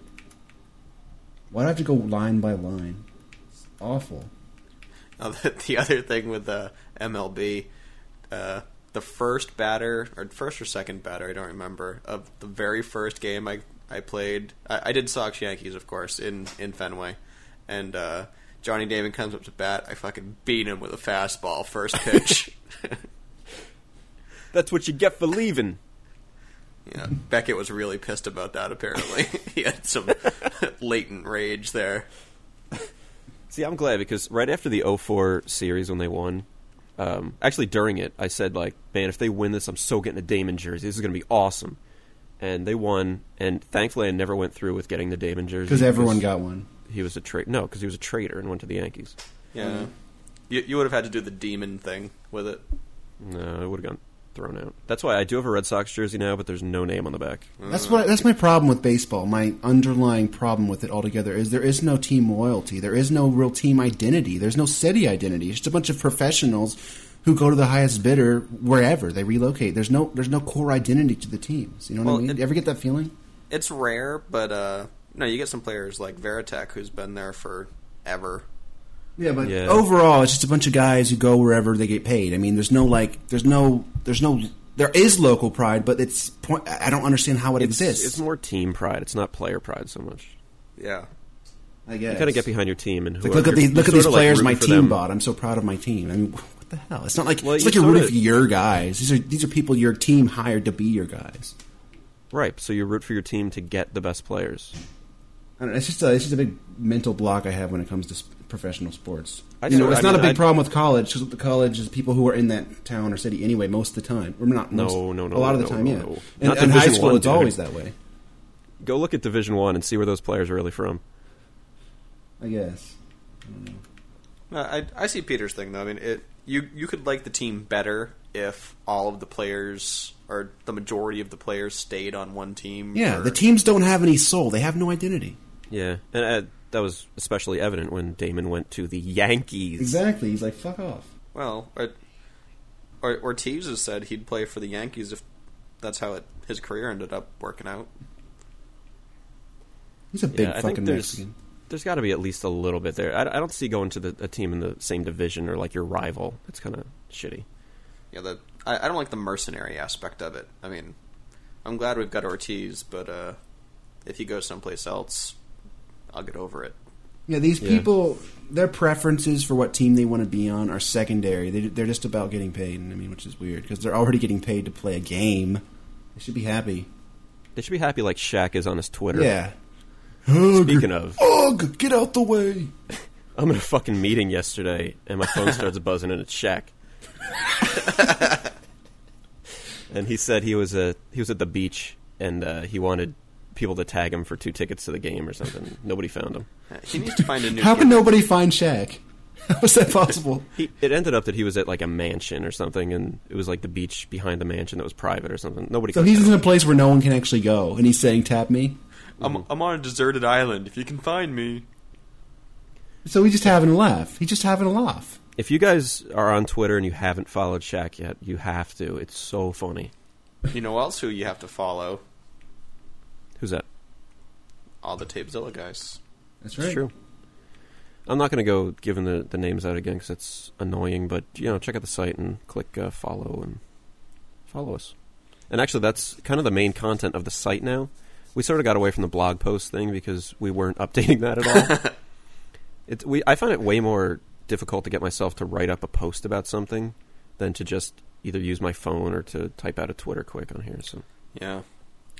Why do I have to go line by line? It's awful.
Now, the, the other thing with uh, MLB, uh, the first batter or first or second batter, I don't remember of the very first game I I played. I, I did Sox Yankees, of course, in in Fenway, and uh, Johnny Damon comes up to bat. I fucking beat him with a fastball first pitch.
that's what you get for leaving.
yeah, Beckett was really pissed about that. Apparently, he had some latent rage there.
See, I'm glad because right after the 04 series when they won, um, actually during it, I said like, "Man, if they win this, I'm so getting a Damon jersey. This is going to be awesome." And they won, and thankfully, I never went through with getting the Damon jersey
Because everyone got one.
he was a traitor. No, because he was a traitor and went to the Yankees.
Yeah, you you would have had to do the demon thing with it.
No, it would have gone thrown out. That's why I do have a Red Sox jersey now, but there's no name on the back.
That's what. That's my problem with baseball. My underlying problem with it altogether is there is no team loyalty. There is no real team identity. There's no city identity. It's just a bunch of professionals who go to the highest bidder wherever they relocate. There's no. There's no core identity to the teams. You know what
Well,
I mean?
it-
you ever get that feeling?
it's rare, but uh, no, you get some players like Veritek who's been there for ever.
Yeah, but
Yeah.
overall, it's just a bunch of guys who go wherever they get paid. I mean, there's no like, there's no, there's no, there is local pride, but it's point. I I don't understand how it exists.
It's more team pride. It's not player pride so much.
Yeah,
I guess.
You kind of get behind your team and
Like,
whoever,
look at
you're-
these, look at
you're
these
sorta, like,
players my
rooting for
team
them.
bought. I'm so proud of my team. I mean, what the hell? It's not like
Well,
it's
you
like you're
sorta-
rooting for your guys. These are these are people your team hired to be your guys.
Right, so you root for your team to get the best players.
I don't know, it's just a, it's just a big mental block I have when it comes to sp- professional sports.
I
you know,
swear,
it's
I
not
mean,
a big
I-
problem with college because the college is people who are in that town or city anyway most of the time. Or not
No,
most,
no, no,
a lot of the
no,
time,
no,
yeah.
no.
And,
Not
and high
Division
school,
One,
it's
dude.
always that way,
Go look at Division One and see where those players are really from.
I guess.
No, Uh, I I see Peter's thing though. I mean, it you you could like the team better if all of the players or the majority of the players stayed on one team.
Yeah,
for-
the teams don't have any soul; they have no identity.
Yeah, and uh, that was especially evident when Damon went to the Yankees.
Exactly. He's like, "Fuck off."
Well, or, or, Ortiz has said he'd play for the Yankees if that's how it, his career ended up working out.
He's a big
Yeah, I think
fucking
there's
Mexican.
there's got to be at least a little bit there. I, I don't see going to the, a team in the same division or like your rival. That's kind of shitty.
Yeah, the I, I don't like the mercenary aspect of it. I mean, I'm glad we've got Ortiz, but uh, if he goes someplace else, I'll get over it.
Yeah, these
Yeah.
people, their preferences for what team they want to be on are secondary. They, they're just about getting paid. and I mean, which is weird because they're already getting paid to play a game. They should be happy.
They should be happy like Shaq is on his Twitter.
Yeah.
Speaking of,
Ugh, get out the way.
I'm in a fucking meeting yesterday, and my phone starts buzzing, and it's Shaq. and he said he was a he was at the beach, and uh, he wanted people to tag him for two tickets to the game or something. Nobody found him.
He needs to find a new.
How
gig.
can nobody find Shaq? How is that possible?
He, it ended up that he was at like a mansion or something, and it was like the beach behind the mansion that was private or something. Nobody.
So
could
he's
find
in
him.
a place where no one can actually go, and he's saying, "Tap me."
I'm, I'm on a deserted island. If you can find me,
So he's just having a laugh. He's just having a laugh.
If you guys are on Twitter and you haven't followed Shaq yet, you have to. It's so funny.
you know else who you have to follow?
Who's that?
All the Tapezilla guys.
That's
It's true. I'm not going to go giving the, the names out again because that's annoying. But you know, check out the site and click uh, follow and follow us. And actually, that's kind of the main content of the site now. We sort of got away from the blog post thing because we weren't updating that at all. it, we I find it way more difficult to get myself to write up a post about something than to just either use my phone or to type out a Twitter quick on here. So
Yeah,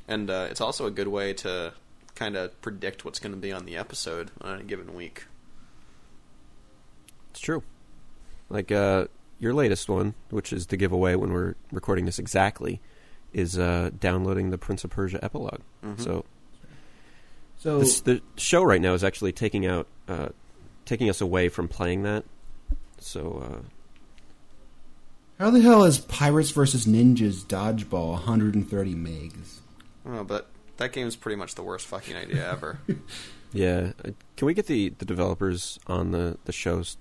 and uh, it's also a good way to kind of predict what's going to be on the episode on a given week.
It's true. Like uh, your latest one, which is the giveaway when we're recording this exactly, is uh, downloading the Prince of Persia epilog So
So
this, the show right now is actually taking out, uh, taking us away from playing that. So uh,
how the hell is Pirates versus Ninjas Dodgeball 130 megs?
Oh, but that game's pretty much the worst fucking idea ever.
yeah, Uh, can we get the, the developers on the the shows?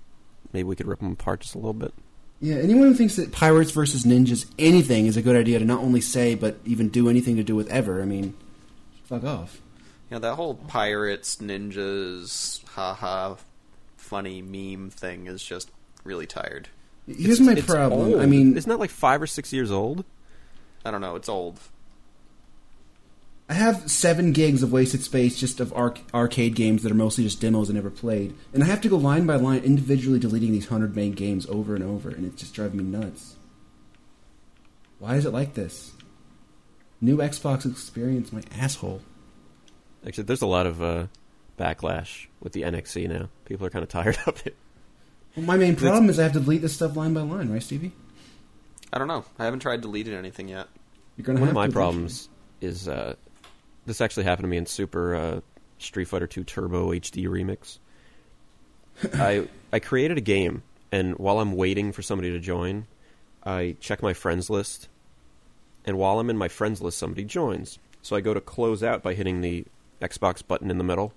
Maybe we could rip them apart just a little bit.
Yeah, anyone who thinks that Pirates versus Ninjas anything is a good idea to not only say but even do anything to do with ever, I mean, fuck off.
Yeah, that whole pirates, ninjas, haha, funny meme thing is just really tired.
Here's my
It's
problem.
old.
I mean,
isn't that like five or six years old?
I don't know, it's old.
I have seven gigs of wasted space just of arc- arcade games that are mostly just demos I never played, and I have to go line by line individually deleting these hundred main games over and over, and it just drives me nuts. Why is it like this? New Xbox experience, my asshole.
Actually, there's a lot of uh, backlash with the NXC now. People are kind of tired of it.
Well, my main problem is I have to delete this stuff line by line, right, Stevie?
I don't know. I haven't tried deleting anything yet.
You're gonna
One
have
of my
to
problems is uh, this actually happened to me in Super uh, Street Fighter II Turbo HD Remix. I I created a game, and while I'm waiting for somebody to join, I check my friends list, and while I'm in my friends list, somebody joins. So I go to close out by hitting the Xbox button in the middle,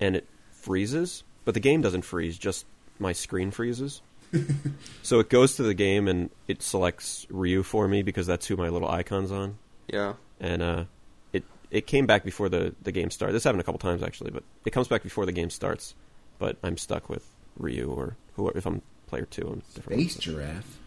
and it freezes. But the game doesn't freeze; just my screen freezes. so it goes to the game and it selects Ryu for me because that's who my little icon's on
Yeah.
and uh, it it came back before the, the game started. This happened a couple times actually, but it comes back before the game starts. But I'm stuck with Ryu or whoever. If I'm player two, I'm different.
Space giraffe.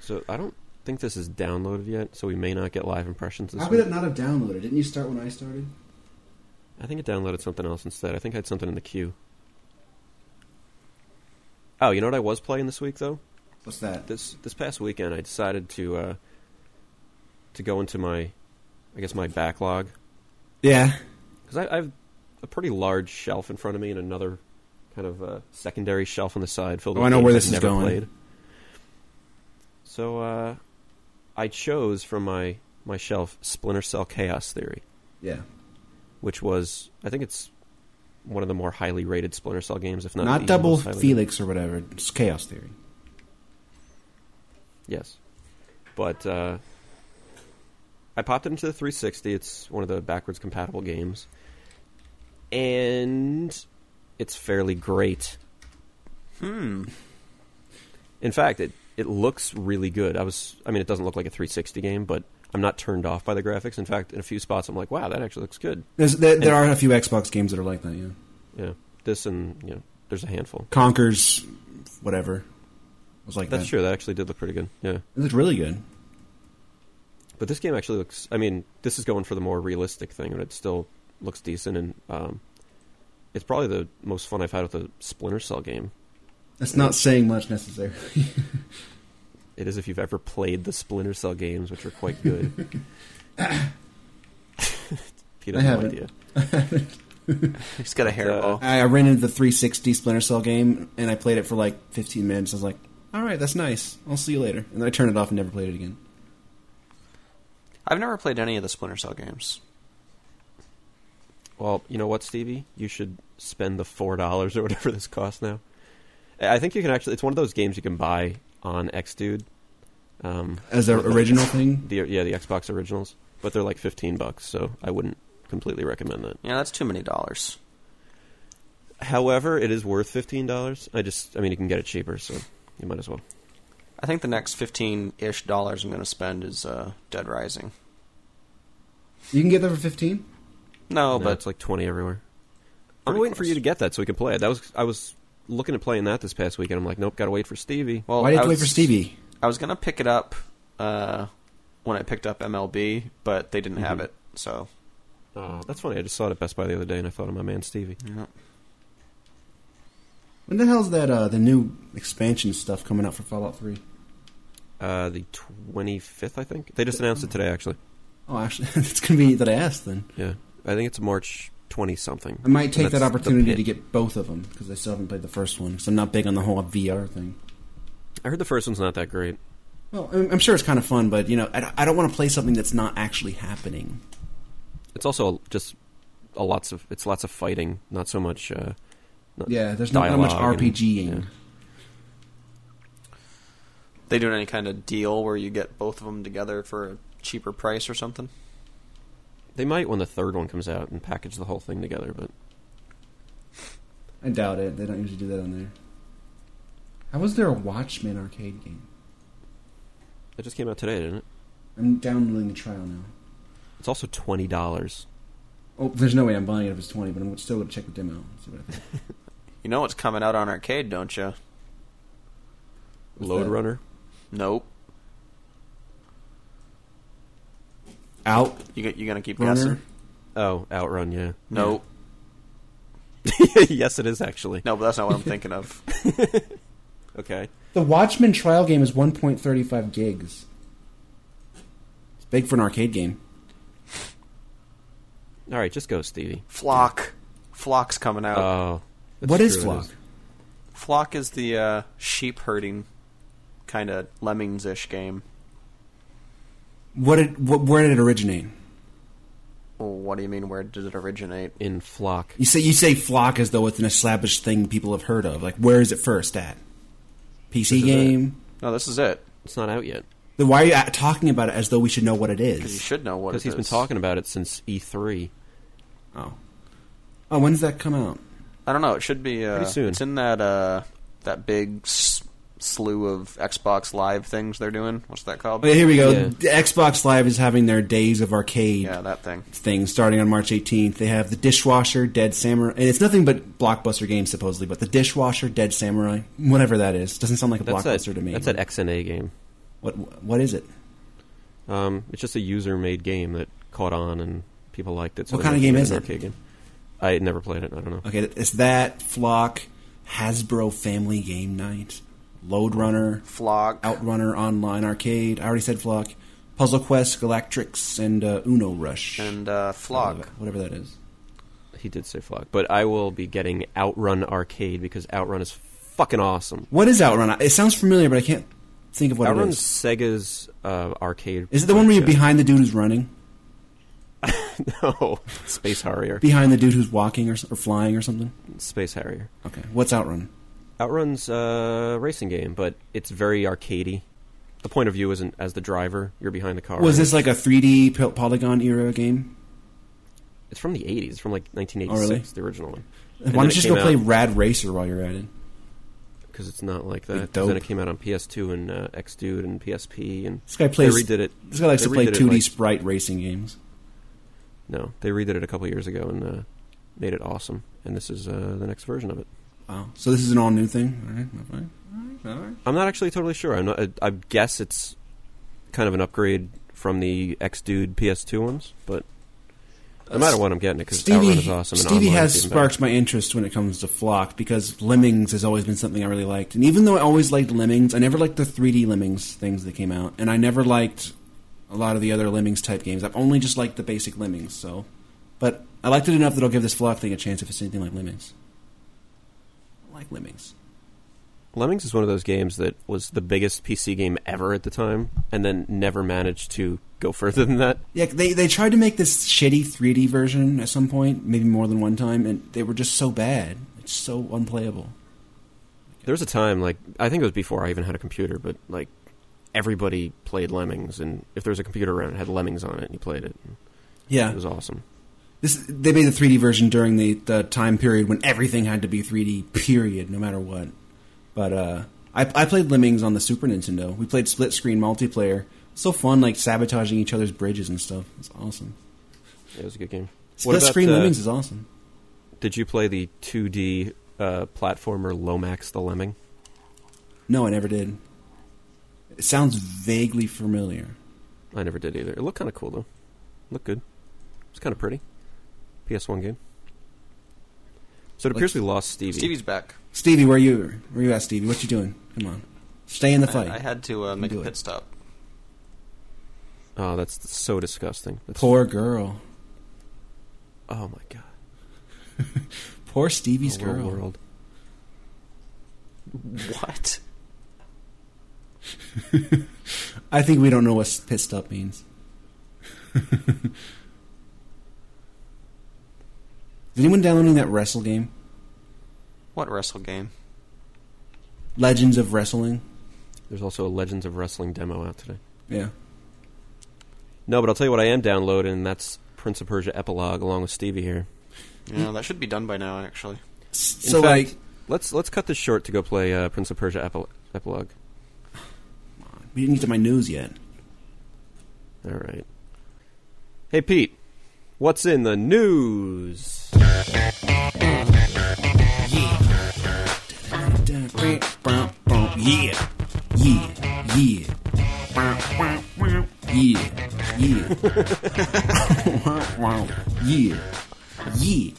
So I don't think this is downloaded yet, so we may not get live impressions this
How could
week.
it not have downloaded? Didn't you start when I started?
I think it downloaded something else instead. I think I had something in the queue. Oh, you know what I was playing this week though?
What's that?
This this past weekend, I decided to uh, to go into my, I guess my backlog
Yeah.
because I, I have a pretty large shelf in front of me and another kind of uh, secondary shelf on the side filled.
Oh,
with
I know
games
where
I've
this is
never
going.
Played. So uh, I chose from my my shelf Splinter Cell Chaos Theory,
Yeah.
which was I think it's one of the more highly rated Splinter Cell games, if not
Not,
the
double
most highly
Felix or whatever. It's chaos theory.
Yes. But uh, I popped it into the 360. It's one of the backwards compatible games. And it's fairly great. Hmm. In fact, it, it looks really good. I was I mean it doesn't look like a 360 game, but I'm not turned off by the graphics. In fact, in a few spots I'm like, "Wow, that actually looks good."
There's, there, there are a few Xbox games that are like that. Yeah.
Yeah. This and, you know, there's a handful.
Conquers, whatever. Was like
That's
that.
true. That actually did look pretty good. Yeah.
It looked really good.
But this game actually looks. I mean, this is going for the more realistic thing, but it still looks decent, and um, it's probably the most fun I've had with a Splinter Cell game.
That's not saying much necessarily.
it is if you've ever played the Splinter Cell games, which are quite good. Pete, I
I
have no
haven't.
idea.
He's got a hairball.
I I rented the 360 Splinter Cell game and I played it for like 15 minutes. I was like, all right, that's nice. I'll see you later. And then I turned it off and never played it again.
I've never played any of the Splinter Cell games.
Well, you know what, Stevie? You should spend the four dollars or whatever this costs now. I I think you can actually. It's one of those games you can buy on XDude. Um,
As the
with, like,
original thing,
the yeah the Xbox originals, but they're like fifteen bucks, so I wouldn't completely recommend that.
Yeah, that's too many dollars.
However, it is worth fifteen dollars. I just I mean you can get it cheaper, so you might as well.
I think the next fifteen ish dollars I'm going to spend is uh, Dead Rising.
you can get that for 15.
No,
Oh, but
but
it's like twenty everywhere. I'm
Pretty
waiting for
close.
you to get that so we can play it. That was I was looking at playing that this past weekend. I'm like, nope, gotta wait for Stevie.
well,
Why did
I
you wait
was,
for Stevie?
I was going to pick it up uh, when I picked up MLB, but they didn't have
Mhm.
it. So
Oh, that's funny. I just saw it at Best Buy the other day, and I thought of my man Stevie.
yeah.
When the hell's that? Uh, the new expansion stuff coming out for Fallout 3?
Uh, the 25th, I think. They just announced it today, actually.
Oh, actually, it's convenient that I asked. Then
Yeah, I think it's March 20 something.
I might take that
That's the
opportunity
pit.
to get both of them because I still haven't played the first one. Because I'm not big on the whole VR thing.
I heard the first one's not that great.
Well, I'm, I'm sure it's kind of fun, but you know, I, don't- I don't want to play something that's not actually happening.
It's also just a lots of it's lots of fighting, not so much. Uh, not
Yeah, there's not that much
dialogue and-
RPGing.
yeah.
they doing any kind of deal where you get both of them together for a cheaper price or something?
They might when the third one comes out and package the whole thing together, but
I doubt it. They don't usually do that on there. How was there a Watchmen arcade game?
it just came out today, didn't it?
I'm downloading the trial now.
It's also twenty dollars.
Oh, there's no way I'm buying it if it's 20, but I'm still going to check the demo. and See what I think.
You know what's coming out on arcade, don't you?
What's
Load
that?
Runner.
Nope.
Out.
You get you gonna keep
Runner?
guessing?
Oh, Outrun. Yeah.
Nope.
yes, it is actually.
No, but that's not what I'm thinking of.
Okay.
The Watchmen trial game is 1.35 gigs. It's big for an arcade game.
All right, just go, Stevie.
Flock. Flock's coming out.
Oh, that's
what is
true, it
Flock?
Flock is the uh, sheep herding kind of lemmings ish game.
What did what, where did it originate?
Well, what do you mean? Where did it originate?
In Flock.
You say you say flock as though it's an established thing people have heard of. Like where is it first at?
This
PC
is it.
game.
No, this is it.
It's not out yet.
Then why are you a- talking about it as though we should know what it
Because you
is?
should know what it
Because he's been
is.
talking about it since E E3.
Oh, oh, when's that come out?
I don't know. It should be uh,
Pretty soon.
It's in that uh, that big s- slew of Xbox Live things they're doing. What's that called?
Oh, yeah, here we go.
Yeah.
The Xbox Live is having their Days of Arcade
Yeah, that thing.
thing starting on March 18th. They have the Dishwasher, Dead Samurai, and it's nothing but blockbuster games supposedly. But the Dishwasher, Dead Samurai, whatever that is, doesn't sound like a
That's
blockbuster
that,
to me.
That's that XNA game.
What what is it?
Um, it's just a user-made game that caught on and people liked it. So
What
they
kind of
made
game
an
is it?
arcade Game. I never played it. I don't know.
Okay, it's that Flock, Hasbro Family Game Night, Load Runner,
Flock.
Outrunner Online Arcade. I already said Flock, Puzzle Quest, Galactrix, and uh, Uno Rush.
And uh, Flock.
whatever that is.
He did say Flock, but I will be getting Outrun Arcade because Outrun is fucking awesome.
What is Outrun? It sounds familiar, but I can't think of what it
Outrun's
is.
Sega's uh, arcade.
Is it the one where you're
franchise.
behind the dude who's running,
no Space Harrier?
behind the dude who's walking or, s- or flying or something?
Space Harrier.
Okay, what's Outrun?
Outrun's a racing game, but it's very arcadey. The point of view isn't as the driver; you're behind the car.
Was this like a 3D po- polygon era game?
It's from the '80s, It's from like 1986,
Oh, really?
the original one.
Why don't you just go play Rad Racer while you're at it?
Because it's not
Like
like that. 'Cause then
dope.
it came out on PS2 and uh, XDude and PSP, and
This guy plays.
They redid it.
This guy likes
They
to play
redid it,
2D
like-
sprite racing games.
No, they redid it a couple years ago and uh, made it awesome. And this is uh, the next version of it.
Wow. So this is an all new thing. All right. All right. All right. All right.
I'm not actually totally sure. I'm not. I, I guess it's kind of an upgrade from the XDude PS2 ones, but No matter what, I'm getting it because Outrun
Uh, Stevie,
is awesome. and
Stevie
online
has
is even better.
sparked my interest when it comes to Flock because Lemmings has always been something I really liked. And even though I always liked Lemmings, I never liked the 3D Lemmings things that came out. And I never liked a lot of the other Lemmings type games. I've only just liked the basic Lemmings, so. But I liked it enough that I'll give this Flock thing a chance if it's anything like Lemmings. I like Lemmings.
Lemmings is one of those games that was the biggest PC game ever at the time, and then never managed to go further than that.
Yeah, they, they tried to make this shitty 3D version at some point, maybe more than one time, and they were just so bad. It's so unplayable.
There was a time, like I think it was before I even had a computer, but like everybody played Lemmings, and if there was a computer around, it had Lemmings on it, and you played it.
Yeah.
It was awesome.
This they made the 3D version during the, the time period when everything had to be 3D. Period, no matter what. But uh, I, I played Lemmings on the Super Nintendo. We played split screen multiplayer. So fun, like sabotaging each other's bridges and stuff. It's awesome.
It was a good game.
Split screen
uh,
Lemmings is awesome.
Did you play the 2D uh, platformer Lomax the Lemming?
No, I never did. It sounds vaguely familiar.
I never did either. It looked kind of cool though. Looked good. It's kind of pretty. PS1 game. So it
Like-
appears we lost Stevie.
Stevie's back.
Stevie, where you where you at, Stevie? What you doing? Come on, stay in the
I,
fight.
I had to uh, make a
do it.
pit stop.
Oh, that's so disgusting. That's,
Poor girl.
Oh my god.
Poor Stevie's
The
Oh,
whole
girl.
world.
What?
I think we don't know what pit stop means. Is anyone downloading that wrestle game?
What wrestle game?
Legends of Wrestling?
There's also a Legends of Wrestling demo out today.
Yeah.
No, but I'll tell you what I am downloading, and that's Prince of Persia Epilogue along with Stevie here.
Hmm.
Yeah, that should be done by now. Actually,
In
So,
fact,
like,
let's let's cut this short to go play uh, Prince of Persia Epi- Epilogue.
we didn't get to my news yet.
All right. Hey Pete, what's in the news?
Yeah. Yeah. Yeah. Yeah. Yeah. yeah. Yeah.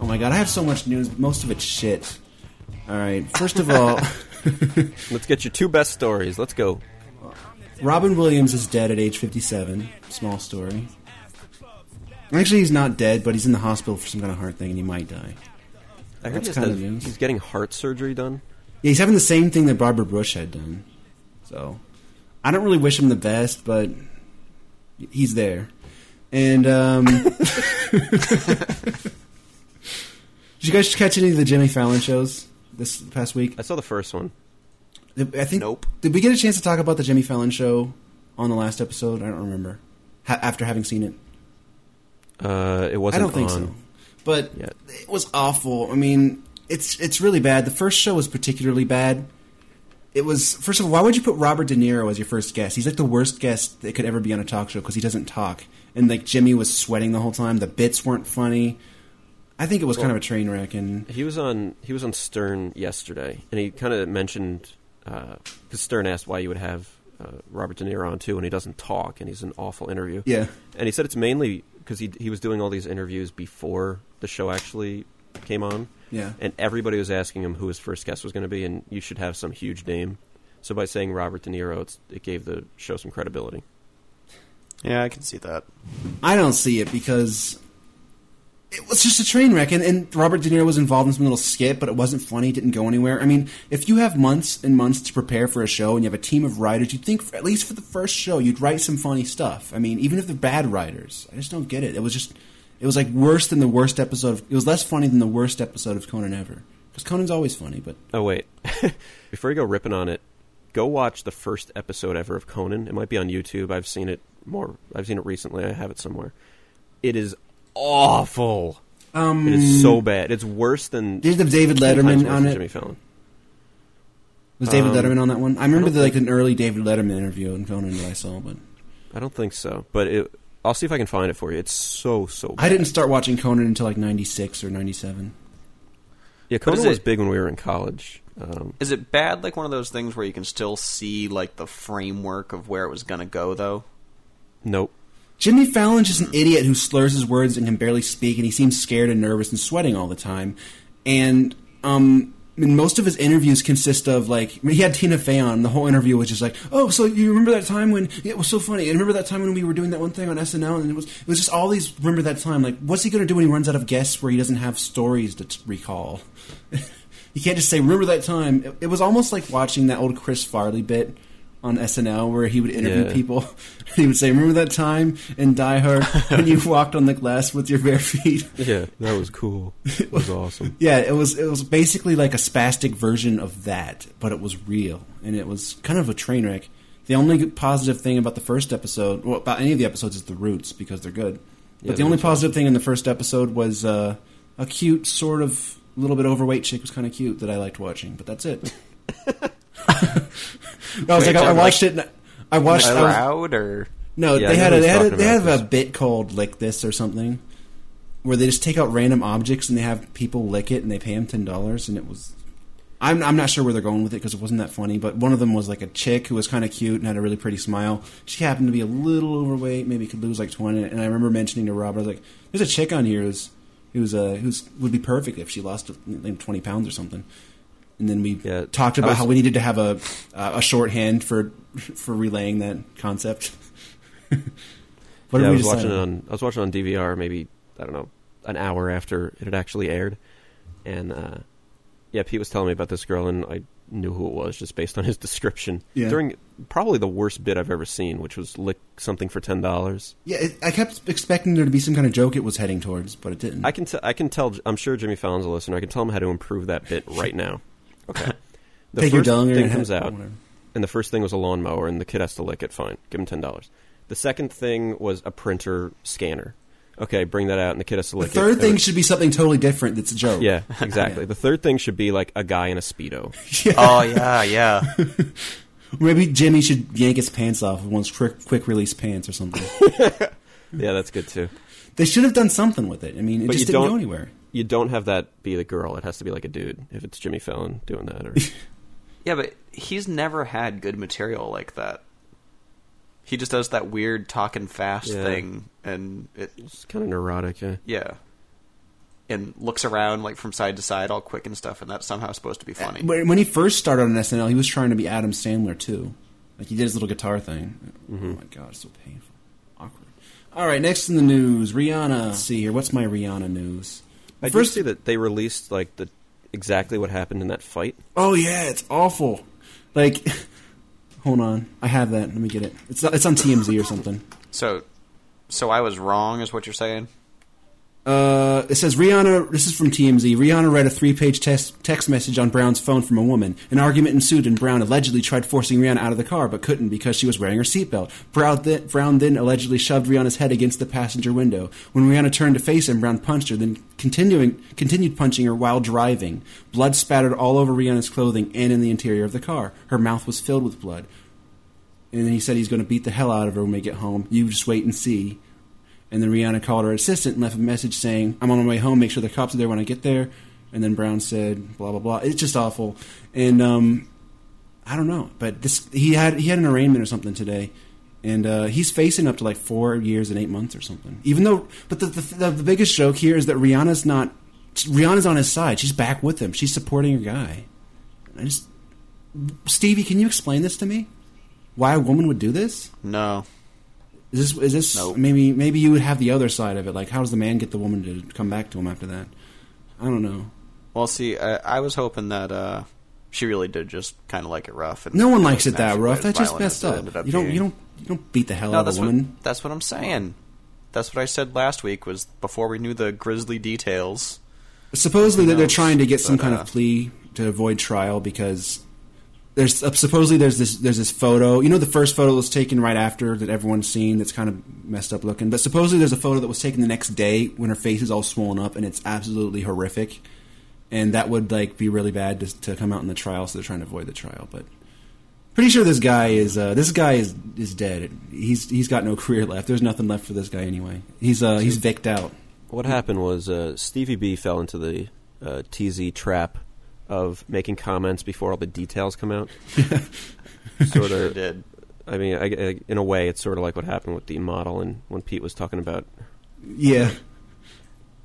Oh my god, I have so much news, but most of it's shit. Alright, first of all.
Let's get your two best stories. Let's go.
Robin Williams is dead at age 57. Small story. Actually, he's not dead, but he's in the hospital for some kind of heart thing, and he might die.
I heard
That's
he has
kinda
that-
news.
he's getting heart surgery done.
Yeah, he's having the same thing that Barbara Bush had done. So, I don't really wish him the best, but he's there. And um, did you guys catch any of the Jimmy Fallon shows this past week?
I saw the first one.
I think.
Nope.
Did we get a chance to talk about the Jimmy Fallon show on the last episode? I don't remember. Ha- after having seen it.
Uh, it
I
wasn't.
don't think
on.
so. But
yet.
it was awful. I mean, it's it's really bad. The first show was particularly bad. It was first of all, why would you put Robert De Niro as your first guest? He's like the worst guest that could ever be on a talk show because he doesn't talk. And like Jimmy was sweating the whole time. The bits weren't funny. I think it was kind of a train wreck. And
He was on. He was on Stern yesterday, and he kind of mentioned because Stern asked why you would have uh, Robert De Niro on too, and he doesn't talk, and he's an awful interview.
yeah,
and he said it's mainly because he he was doing all these interviews before the show actually came on.
Yeah.
and everybody was asking him who his first guest was going to be, and you should have some huge name. So by saying Robert De Niro, it's, it gave the show some credibility.
yeah, I can see that.
I don't see it because it was just a train wreck. And, and Robert De Niro was involved in some little skit, but it wasn't funny. It didn't go anywhere. I mean, if you have months and months to prepare for a show and you have a team of writers, you'd think, for, at least for the first show, you'd write some funny stuff. I mean, even if they're bad writers, I just don't get it. It was just, it was like worse than the worst episode. Of, it was less funny than the worst episode of Conan ever. Because Conan's always funny, but
Oh wait, before you go ripping on it, go watch the first episode ever of Conan. It might be on YouTube. I've seen it more. I've seen it recently. I have it somewhere. It is awful.
um,
It is so bad. It's worse than
did the David
ten times
Letterman
worse
on
than
it?
Jimmy Fallon.
Was David
Um,
Letterman on that one? I remember
don't
the, like an early David Letterman interview in Conan that I saw, but
I don't think so, but it, I'll see if I can find it for you. It's so so. Bad.
I didn't start watching Conan until like '96 or '97.
Yeah, Conan
is it-
was big when we were in college. Um,
Is it bad? Like one of those things where you can still see like the framework of where it was gonna go, though.
nope.
Jimmy Fallon's just an idiot who slurs his words and can barely speak, and he seems scared and nervous and sweating all the time. And um, I mean, most of his interviews consist of like I mean, he had Tina Fey on. The whole interview was just like, "Oh, so you remember that time when it was so funny? And remember that time when we were doing that one thing on SNL?" And it was it was just all these. Remember that time? Like, what's he going to do when he runs out of guests where he doesn't have stories to t- recall? you can't just say, "Remember that time." It, it was almost like watching that old Chris Farley bit on SNL where he would interview
Yeah.
people. he would say, "Remember that time in Die Hard when you walked on the glass with your bare feet?"
Yeah, that was cool. It was awesome.
Yeah, it was it was basically like a spastic version of that, but it was real and it was kind of a train wreck. The only good- positive thing about the first episode, well, about any of the episodes, is the roots because they're good. But
Yeah,
the only
they're
positive thing in the first episode was uh, a cute, sort of little bit overweight chick was kind of cute that I liked watching. But that's it. I was
Wait,
like, I, I
talking
watched it. And I watched. I was-
Loud or
no,
Yeah, I
they
know
had a,
what
they had
he's
a,
talking
they
about,
have a
this.
bit called "Lick This" or something, where they just take out random objects and they have people lick it and they pay them ten dollars, and it was. I'm I'm not sure where they're going with it because it wasn't that funny, but one of them was like a chick who was kind of cute and had a really pretty smile. She happened to be a little overweight, maybe could lose like twenty. And I remember mentioning to Rob, I was like, "There's a chick on here who's who's uh, who's would be perfect if she lost like, twenty pounds or something." And then we
Yeah,
talked
I
about
was-
how we needed to have a uh, a shorthand for for relaying that concept. what
yeah,
did
I
we
was
decide
watching uh, it
on?
on I was watching it on DVR maybe I don't know an hour after it had actually aired, and uh, yeah, Pete was telling me about this girl, and I knew who it was just based on his description
Yeah.
during probably the worst bit I've ever seen, which was lick something for ten dollars.
Yeah, it, I kept expecting there to be some kind of joke it was heading towards, but it didn't.
I can t- I can tell I'm sure Jimmy Fallon's a listener. I can tell him how to improve that bit right now. Okay, the
Take your
first
dong
thing
and
comes
have-
out.
whatever.
and the first thing was a lawnmower, and the kid has to lick it. Fine, give him ten dollars. The second thing was a printer scanner. Okay, bring that out, and the kid has to
The
lick it.
third
And
thing
it-
should be something totally different. That's a joke.
yeah, exactly. Uh, The third thing should be like a guy in a speedo.
Oh yeah, yeah.
Maybe Jimmy should yank his pants off with one's quick, quick release pants or something.
Yeah, that's good too.
they should have done something with it. I mean, it
But
just
you
didn't go
don't-
anywhere.
You don't have that be the girl. It has to be like a dude. If it's Jimmy Fallon doing that, or
Yeah, but he's never had good material like that. He just does that weird talking fast
Yeah.
thing, and it
it's kind of neurotic. Yeah.
yeah, and looks around like from side to side, all quick and stuff, and that's somehow supposed to be funny.
When when he first started on SNL, he was trying to be Adam Sandler too. Like he did his little guitar thing.
Mm-hmm.
Oh my god, it's so painful, awkward. All right, next in the news, Rihanna. Let's see here, what's my Rihanna news?
I did
First-
see that they released like the exactly what happened in that fight.
Oh yeah, it's awful. Like, hold on, I have that. Let me get it. It's it's on TMZ or something.
So, so I was wrong, is what you're saying?
Uh, it says Rihanna. This is from TMZ. Rihanna read a three-page test, text message on Brown's phone from a woman. An argument ensued, and Brown allegedly tried forcing Rihanna out of the car, but couldn't because she was wearing her seatbelt. Brown then, Brown then allegedly shoved Rihanna's head against the passenger window. When Rihanna turned to face him, Brown punched her, then continuing continued punching her while driving. Blood spattered all over Rihanna's clothing and in the interior of the car. Her mouth was filled with blood. And then he said he's going to beat the hell out of her when we get home. You just wait and see. And then Rihanna called her assistant and left a message saying, I'm on my way home. Make sure the cops are there when I get there. And then Brown said, blah, blah, blah. It's just awful. And, um, I don't know, but this he had he had an arraignment or something today, and uh, he's facing up to like four years and eight months or something. Even though, but the, the the the biggest joke here is that Rihanna's not Rihanna's on his side. She's back with him. She's supporting her guy. I just Stevie, can you explain this to me? Why a woman would do this?
No.
Is this is this
Nope.
maybe maybe you would have the other side of it? Like, how does the man get the woman to come back to him after that? I don't know.
Well, see, I, I was hoping that uh, she really did just kind of like it rough. And
No one likes it that
actually
rough.
as
That's just
violent as
messed
it
up.
ended
You don't
being.
you don't you don't beat the hell
No,
out of
that's
a woman.
what that's what I'm saying. That's what I said last week. Was before we knew the grisly details.
supposedly that they're trying to get some
But,
kind
uh,
of plea to avoid trial because there's uh, supposedly there's this there's this photo. You know, the first photo was taken right after that everyone's seen. That's kind of messed up looking. But supposedly there's a photo that was taken the next day when her face is all swollen up and it's absolutely horrific. And that would like be really bad to, to come out in the trial. So they're trying to avoid the trial, but. Pretty sure this guy is uh, this guy is is dead. He's he's got no career left. There's nothing left for this guy anyway. He's uh, he's vicked out.
What happened was uh, Stevie B fell into the uh, TZ trap of making comments before all the details come out. sort
Sure
of
did.
I mean, I, I- in a way, it's sort of like what happened with the model and when Pete was talking about
Yeah,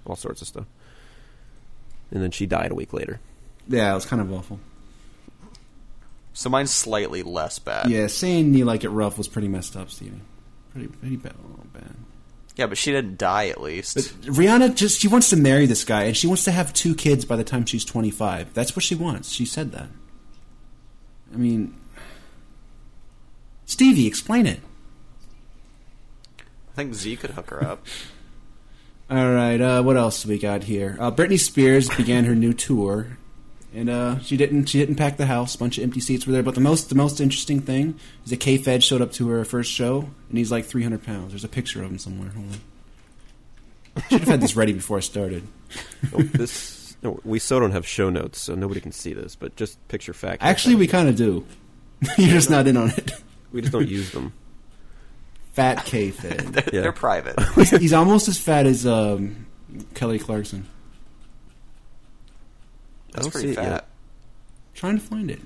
all sorts of stuff. And then she died a week later.
yeah, it was kind of awful.
So mine's slightly less bad.
Yeah, saying you like it rough was pretty messed up, Stevie. Pretty, pretty bad, a little bad.
Yeah, but she didn't die at least.
But Rihanna just she wants to marry this guy, and she wants to have two kids by the time she's twenty five. That's what she wants. She said that. I mean, Stevie, explain it.
I think Z could hook her up.
All right, uh, what else we got here? Uh, Britney Spears began her new tour, and uh, she didn't she didn't pack the house. bunch of empty seats were there. But the most the most interesting thing is that K Fed showed up to her first show, and he's like three hundred pounds. There's a picture of him somewhere. Hold on. Should have had this ready before I started.
Oh, this no, we still don't have show notes, so nobody can see this. But just picture fact.
Actually, we kind of do. You're just not in on it.
we just don't use them.
Fat K Fed.
Yeah.
They're private.
he's, he's almost as fat as um, Kelly Clarkson.
I
That's
don't
pretty
see it
fat.
yet.
Trying to find it.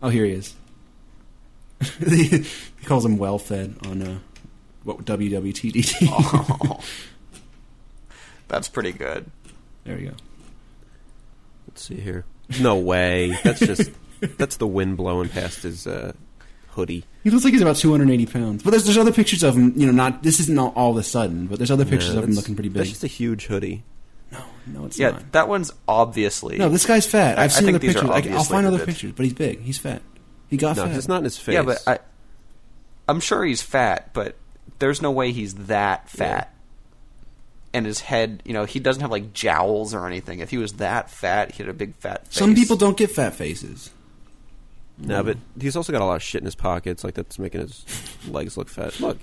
Oh, here he is. he calls him well fed on uh, what WWTDT.
Oh. That's pretty good.
There we go.
Let's see here. No way. That's just that's the wind blowing past his uh, hoodie.
He looks like he's about 280 pounds. But there's there's other pictures of him. You know, not this isn't all, all of a sudden, but there's other pictures
Yeah,
of him
Uh, that's-
looking pretty
That's
big.
just a huge hoodie.
No, no, it's
Yeah,
not.
that one's obviously.
No, this guy's fat.
I-
I've
I
seen
think
other
these are
pictures. I, will
obviously
find other
the bit.
pictures, but he's big. He's fat. He got
No,
fat.
it's not in his face.
yeah, but I, I'm sure he's fat, but there's no way he's that fat. And his head, you know, he doesn't have like jowls or anything. If he was that fat, he had a big fat face.
Some people don't get fat faces.
No, but he's also got a lot of shit in his pockets. Like that's making his legs look fat. Look,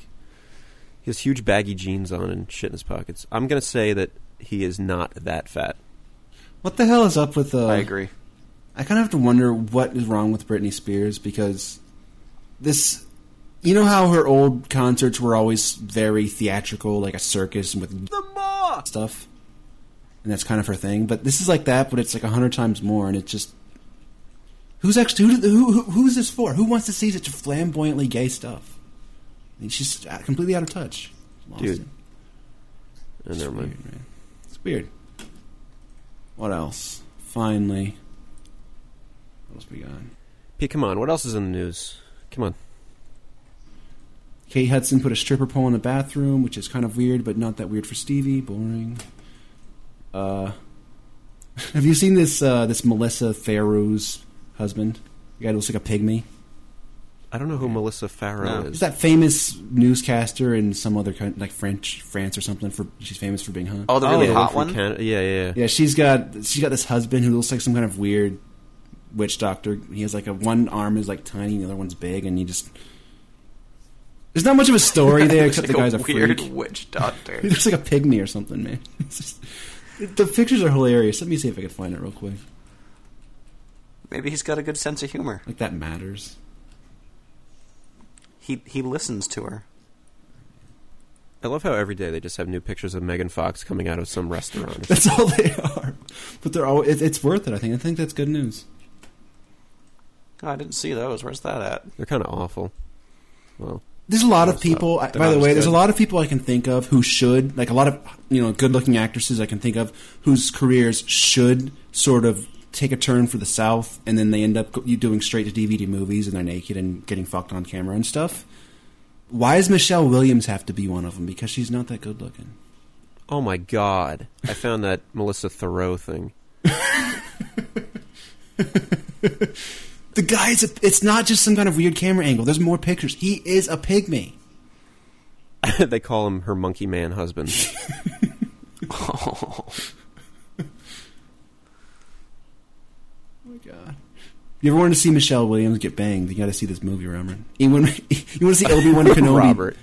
he has huge baggy jeans on and shit in his pockets. I'm gonna say that he is not that fat.
What the hell is up with? Uh,
I agree.
I kind of have to wonder what is wrong with Britney Spears because this. You know how her old concerts were always very theatrical, like a circus and with stuff, and that's kind of her thing. But this is like that, but it's like a hundred times more, and it's just who's actually who, who, who who's this for? Who wants to see such flamboyantly gay stuff? I mean, she's completely out of touch, Lost
Dude,
it.
Oh, never mind.
Weird, man. It's weird. What else? Finally, what else we got?
Pete, come on. What else is in the news? Come on.
Kate Hudson put a stripper pole in the bathroom, which is kind of weird, but not that weird for Stevie. Boring. Uh, have you seen this uh, this Melissa Theroux's husband? The guy who looks like a pygmy.
I don't know who Melissa Farrow
No.
is.
He's that famous newscaster in some other country, like French, France, or something. For she's famous for being hot.
Oh, the
Oh,
really
yeah,
hot
from
one.
Canada. Yeah, yeah, yeah.
Yeah, she's got she's got this husband who looks like some kind of weird witch doctor. He has like a one arm is like tiny, and the other one's big, and he just there's not much of a story there except
Like
the guy's
a
a
weird
freak.
witch
He
doctor.
looks like a pygmy or something, man. It's just, the pictures are hilarious. Let me see if I can find it real quick.
Maybe he's got a good sense of humor.
Like that matters.
He he listens to her.
I love how every day they just have new pictures of Megan Fox coming out of some restaurant.
That's all they are. But they're all. It, it's worth it. I think. I think that's good news.
Oh, I didn't see those. Where's that at?
They're kind of awful. Well,
There's a lot of
That's
people. I,
not- they're
by
not
the
as
way, there's a
good.
lot of people I can think of who should, like a lot of you know, good-looking actresses I can think of whose careers should sort of take a turn for the south, and then they end up go- you doing straight to DVD movies, and they're naked and getting fucked on camera and stuff. Why does Michelle Williams have to be one of them? Because she's not that good-looking.
oh my god, I found that Melissa Thoreau thing.
The guy's a, it's not just some kind of weird camera angle. There's more pictures. He is a pygmy.
they call him her monkey man husband.
Oh my god. You ever wanted to see Michelle Williams get banged? You got to see this movie, Robert. You want, you want to see Obi Wan Kenobi?
Robert.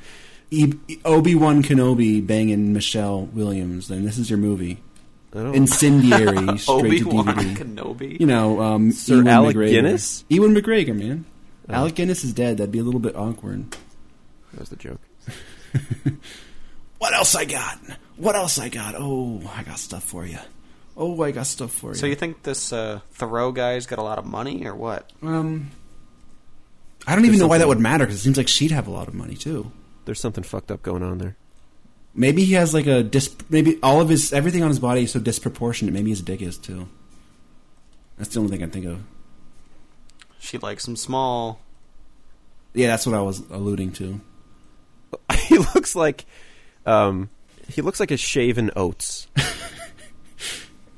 Obi Wan Kenobi banging Michelle Williams. Then this is your movie.
I don't
Incendiary, straight
Obi
to
Wan
DVD.
Kenobi.
You know, um,
Sir
Ewan
Alec
McGregor.
Guinness? Oh.
Ewan McGregor, man. Alec Guinness is dead. That'd be a little bit awkward.
That was the joke.
What else I got? What else I got? Oh, I got stuff for you. Oh, I got stuff for you.
So you think this uh, Thoreau guy's got a lot of money or what?
Um, I don't even know why that
something-
would matter because it seems like she'd have a lot of money too.
There's something fucked up going on there.
Maybe he has like a dis. Maybe all of his everything on his body is so disproportionate. Maybe his dick is too. That's the only thing I can think of.
She likes him small.
Yeah, that's what I was alluding to.
he looks like, um, he looks like a shaven oats.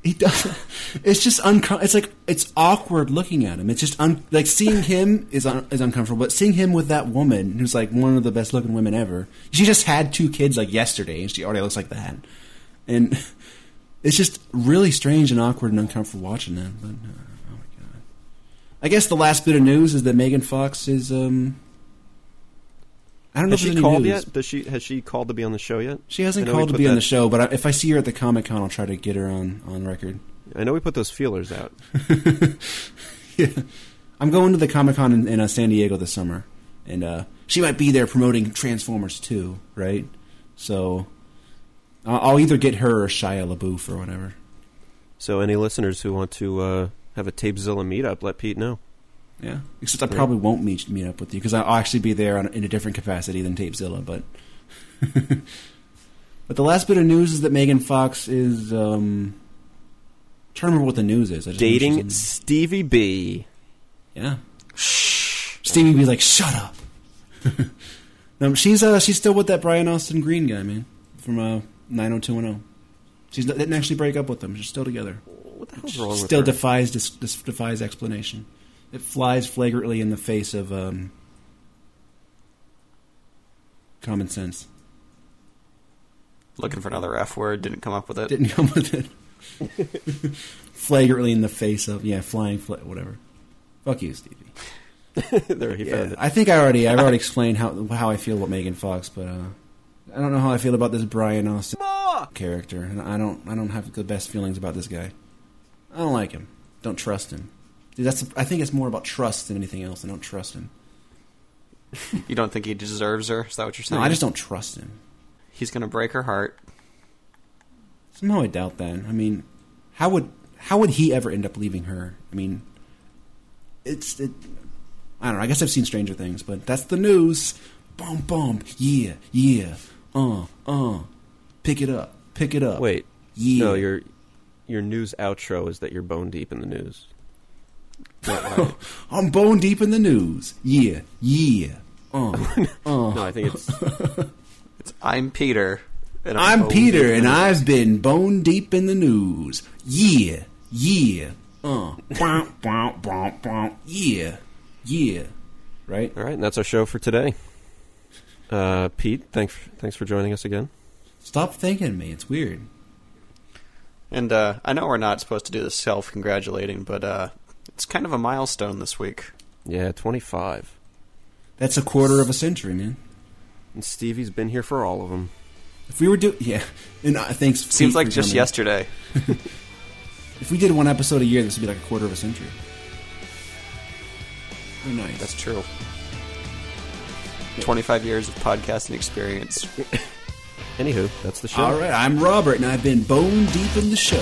He does. It's just uncom. It's like it's awkward looking at him. It's just un- like seeing him is un- is uncomfortable. But seeing him with that woman who's like one of the best looking women ever. She just had two kids like yesterday, and she already looks like that. And it's just really strange and awkward and uncomfortable watching that. But uh, oh my god. I guess the last bit of news is that Megan Fox is um. I don't know if
Has
there's
she
any
called
news.
yet? Does she has she called to be on the show yet?
She
I
hasn't
know we
called to
put
be on the
that-
show, but I, if I see her at the Comic Con, I'll try to get her on on record.
I know we put those feelers out.
yeah. I'm going to the Comic Con in, in uh, San Diego this summer, and uh, she might be there promoting Transformers 2, right? So I'll, I'll either get her or Shia LaBeouf or whatever.
So any listeners who want to uh, have a Tapezilla meetup, let Pete know.
Yeah. Except I
Right.
probably won't meet meet up with you because I'll actually be there on, in a different capacity than Tapezilla. But but the last bit of news is that Megan Fox is um, trying to remember what the news is. I just know
Dating
she's
Stevie B.
in- yeah. Stevie be like, shut up. no, she's uh, she's still with that Brian Austin Green guy, man, from uh, 90210. She didn't actually break up with them. She's still together.
What the
Which
hell's wrong
still
with her?
defies dis, dis, defies explanation. It flies flagrantly in the face of um, common sense.
Looking for another F word. Didn't come up with it.
Didn't come with it. flagrantly in the face of yeah, flying fl- whatever. Fuck you, Stevie.
there, he
Yeah,
found it.
I think I already I've already explained how how I feel about Megan Fox, but uh, I don't know how I feel about this Brian Austin character, and I don't I don't have the best feelings about this guy. I don't like him. Don't trust him. Dude, that's I think it's more about trust than anything else. I don't trust him.
You don't think he deserves her? Is that what you're
No,
saying?
I just don't trust him.
He's gonna break her heart.
Somehow I doubt that. I mean, how would how would he ever end up leaving her? I mean, it's it. I don't know. I guess I've seen Stranger Things, but that's the news. Boom, boom. Yeah, yeah. Uh, uh. Pick it up. Pick it up.
Wait,
Yeah.
no, your your news outro is that you're bone deep in the news.
I'm bone deep in the news. Yeah, yeah. Uh.
No, I think it's
It's I'm Peter. And
I'm
bone
Peter,
deep in
and
the news."
I've been bone deep in the news. Yeah, yeah. Uh. Bow, bow, bow, bow. Yeah, yeah. Right.
all right, and that's our show for today. Uh, Pete, thanks thanks for joining us again.
Stop thinking me. It's weird.
And uh, I know we're not supposed to do this self-congratulating, but uh, it's kind of a milestone this week.
Yeah, 25.
That's a quarter of a century, man.
And Stevie's been here for all of them.
If we were do yeah, and uh, thanks.
Seems
Pete,
like
for
just
coming.
yesterday.
If we did one episode a year, this would be like a quarter of a century. Very nice.
That's true. 25 years of podcasting experience.
Anywho, that's the show.
All right. I'm Robert, and I've been bone deep in the show.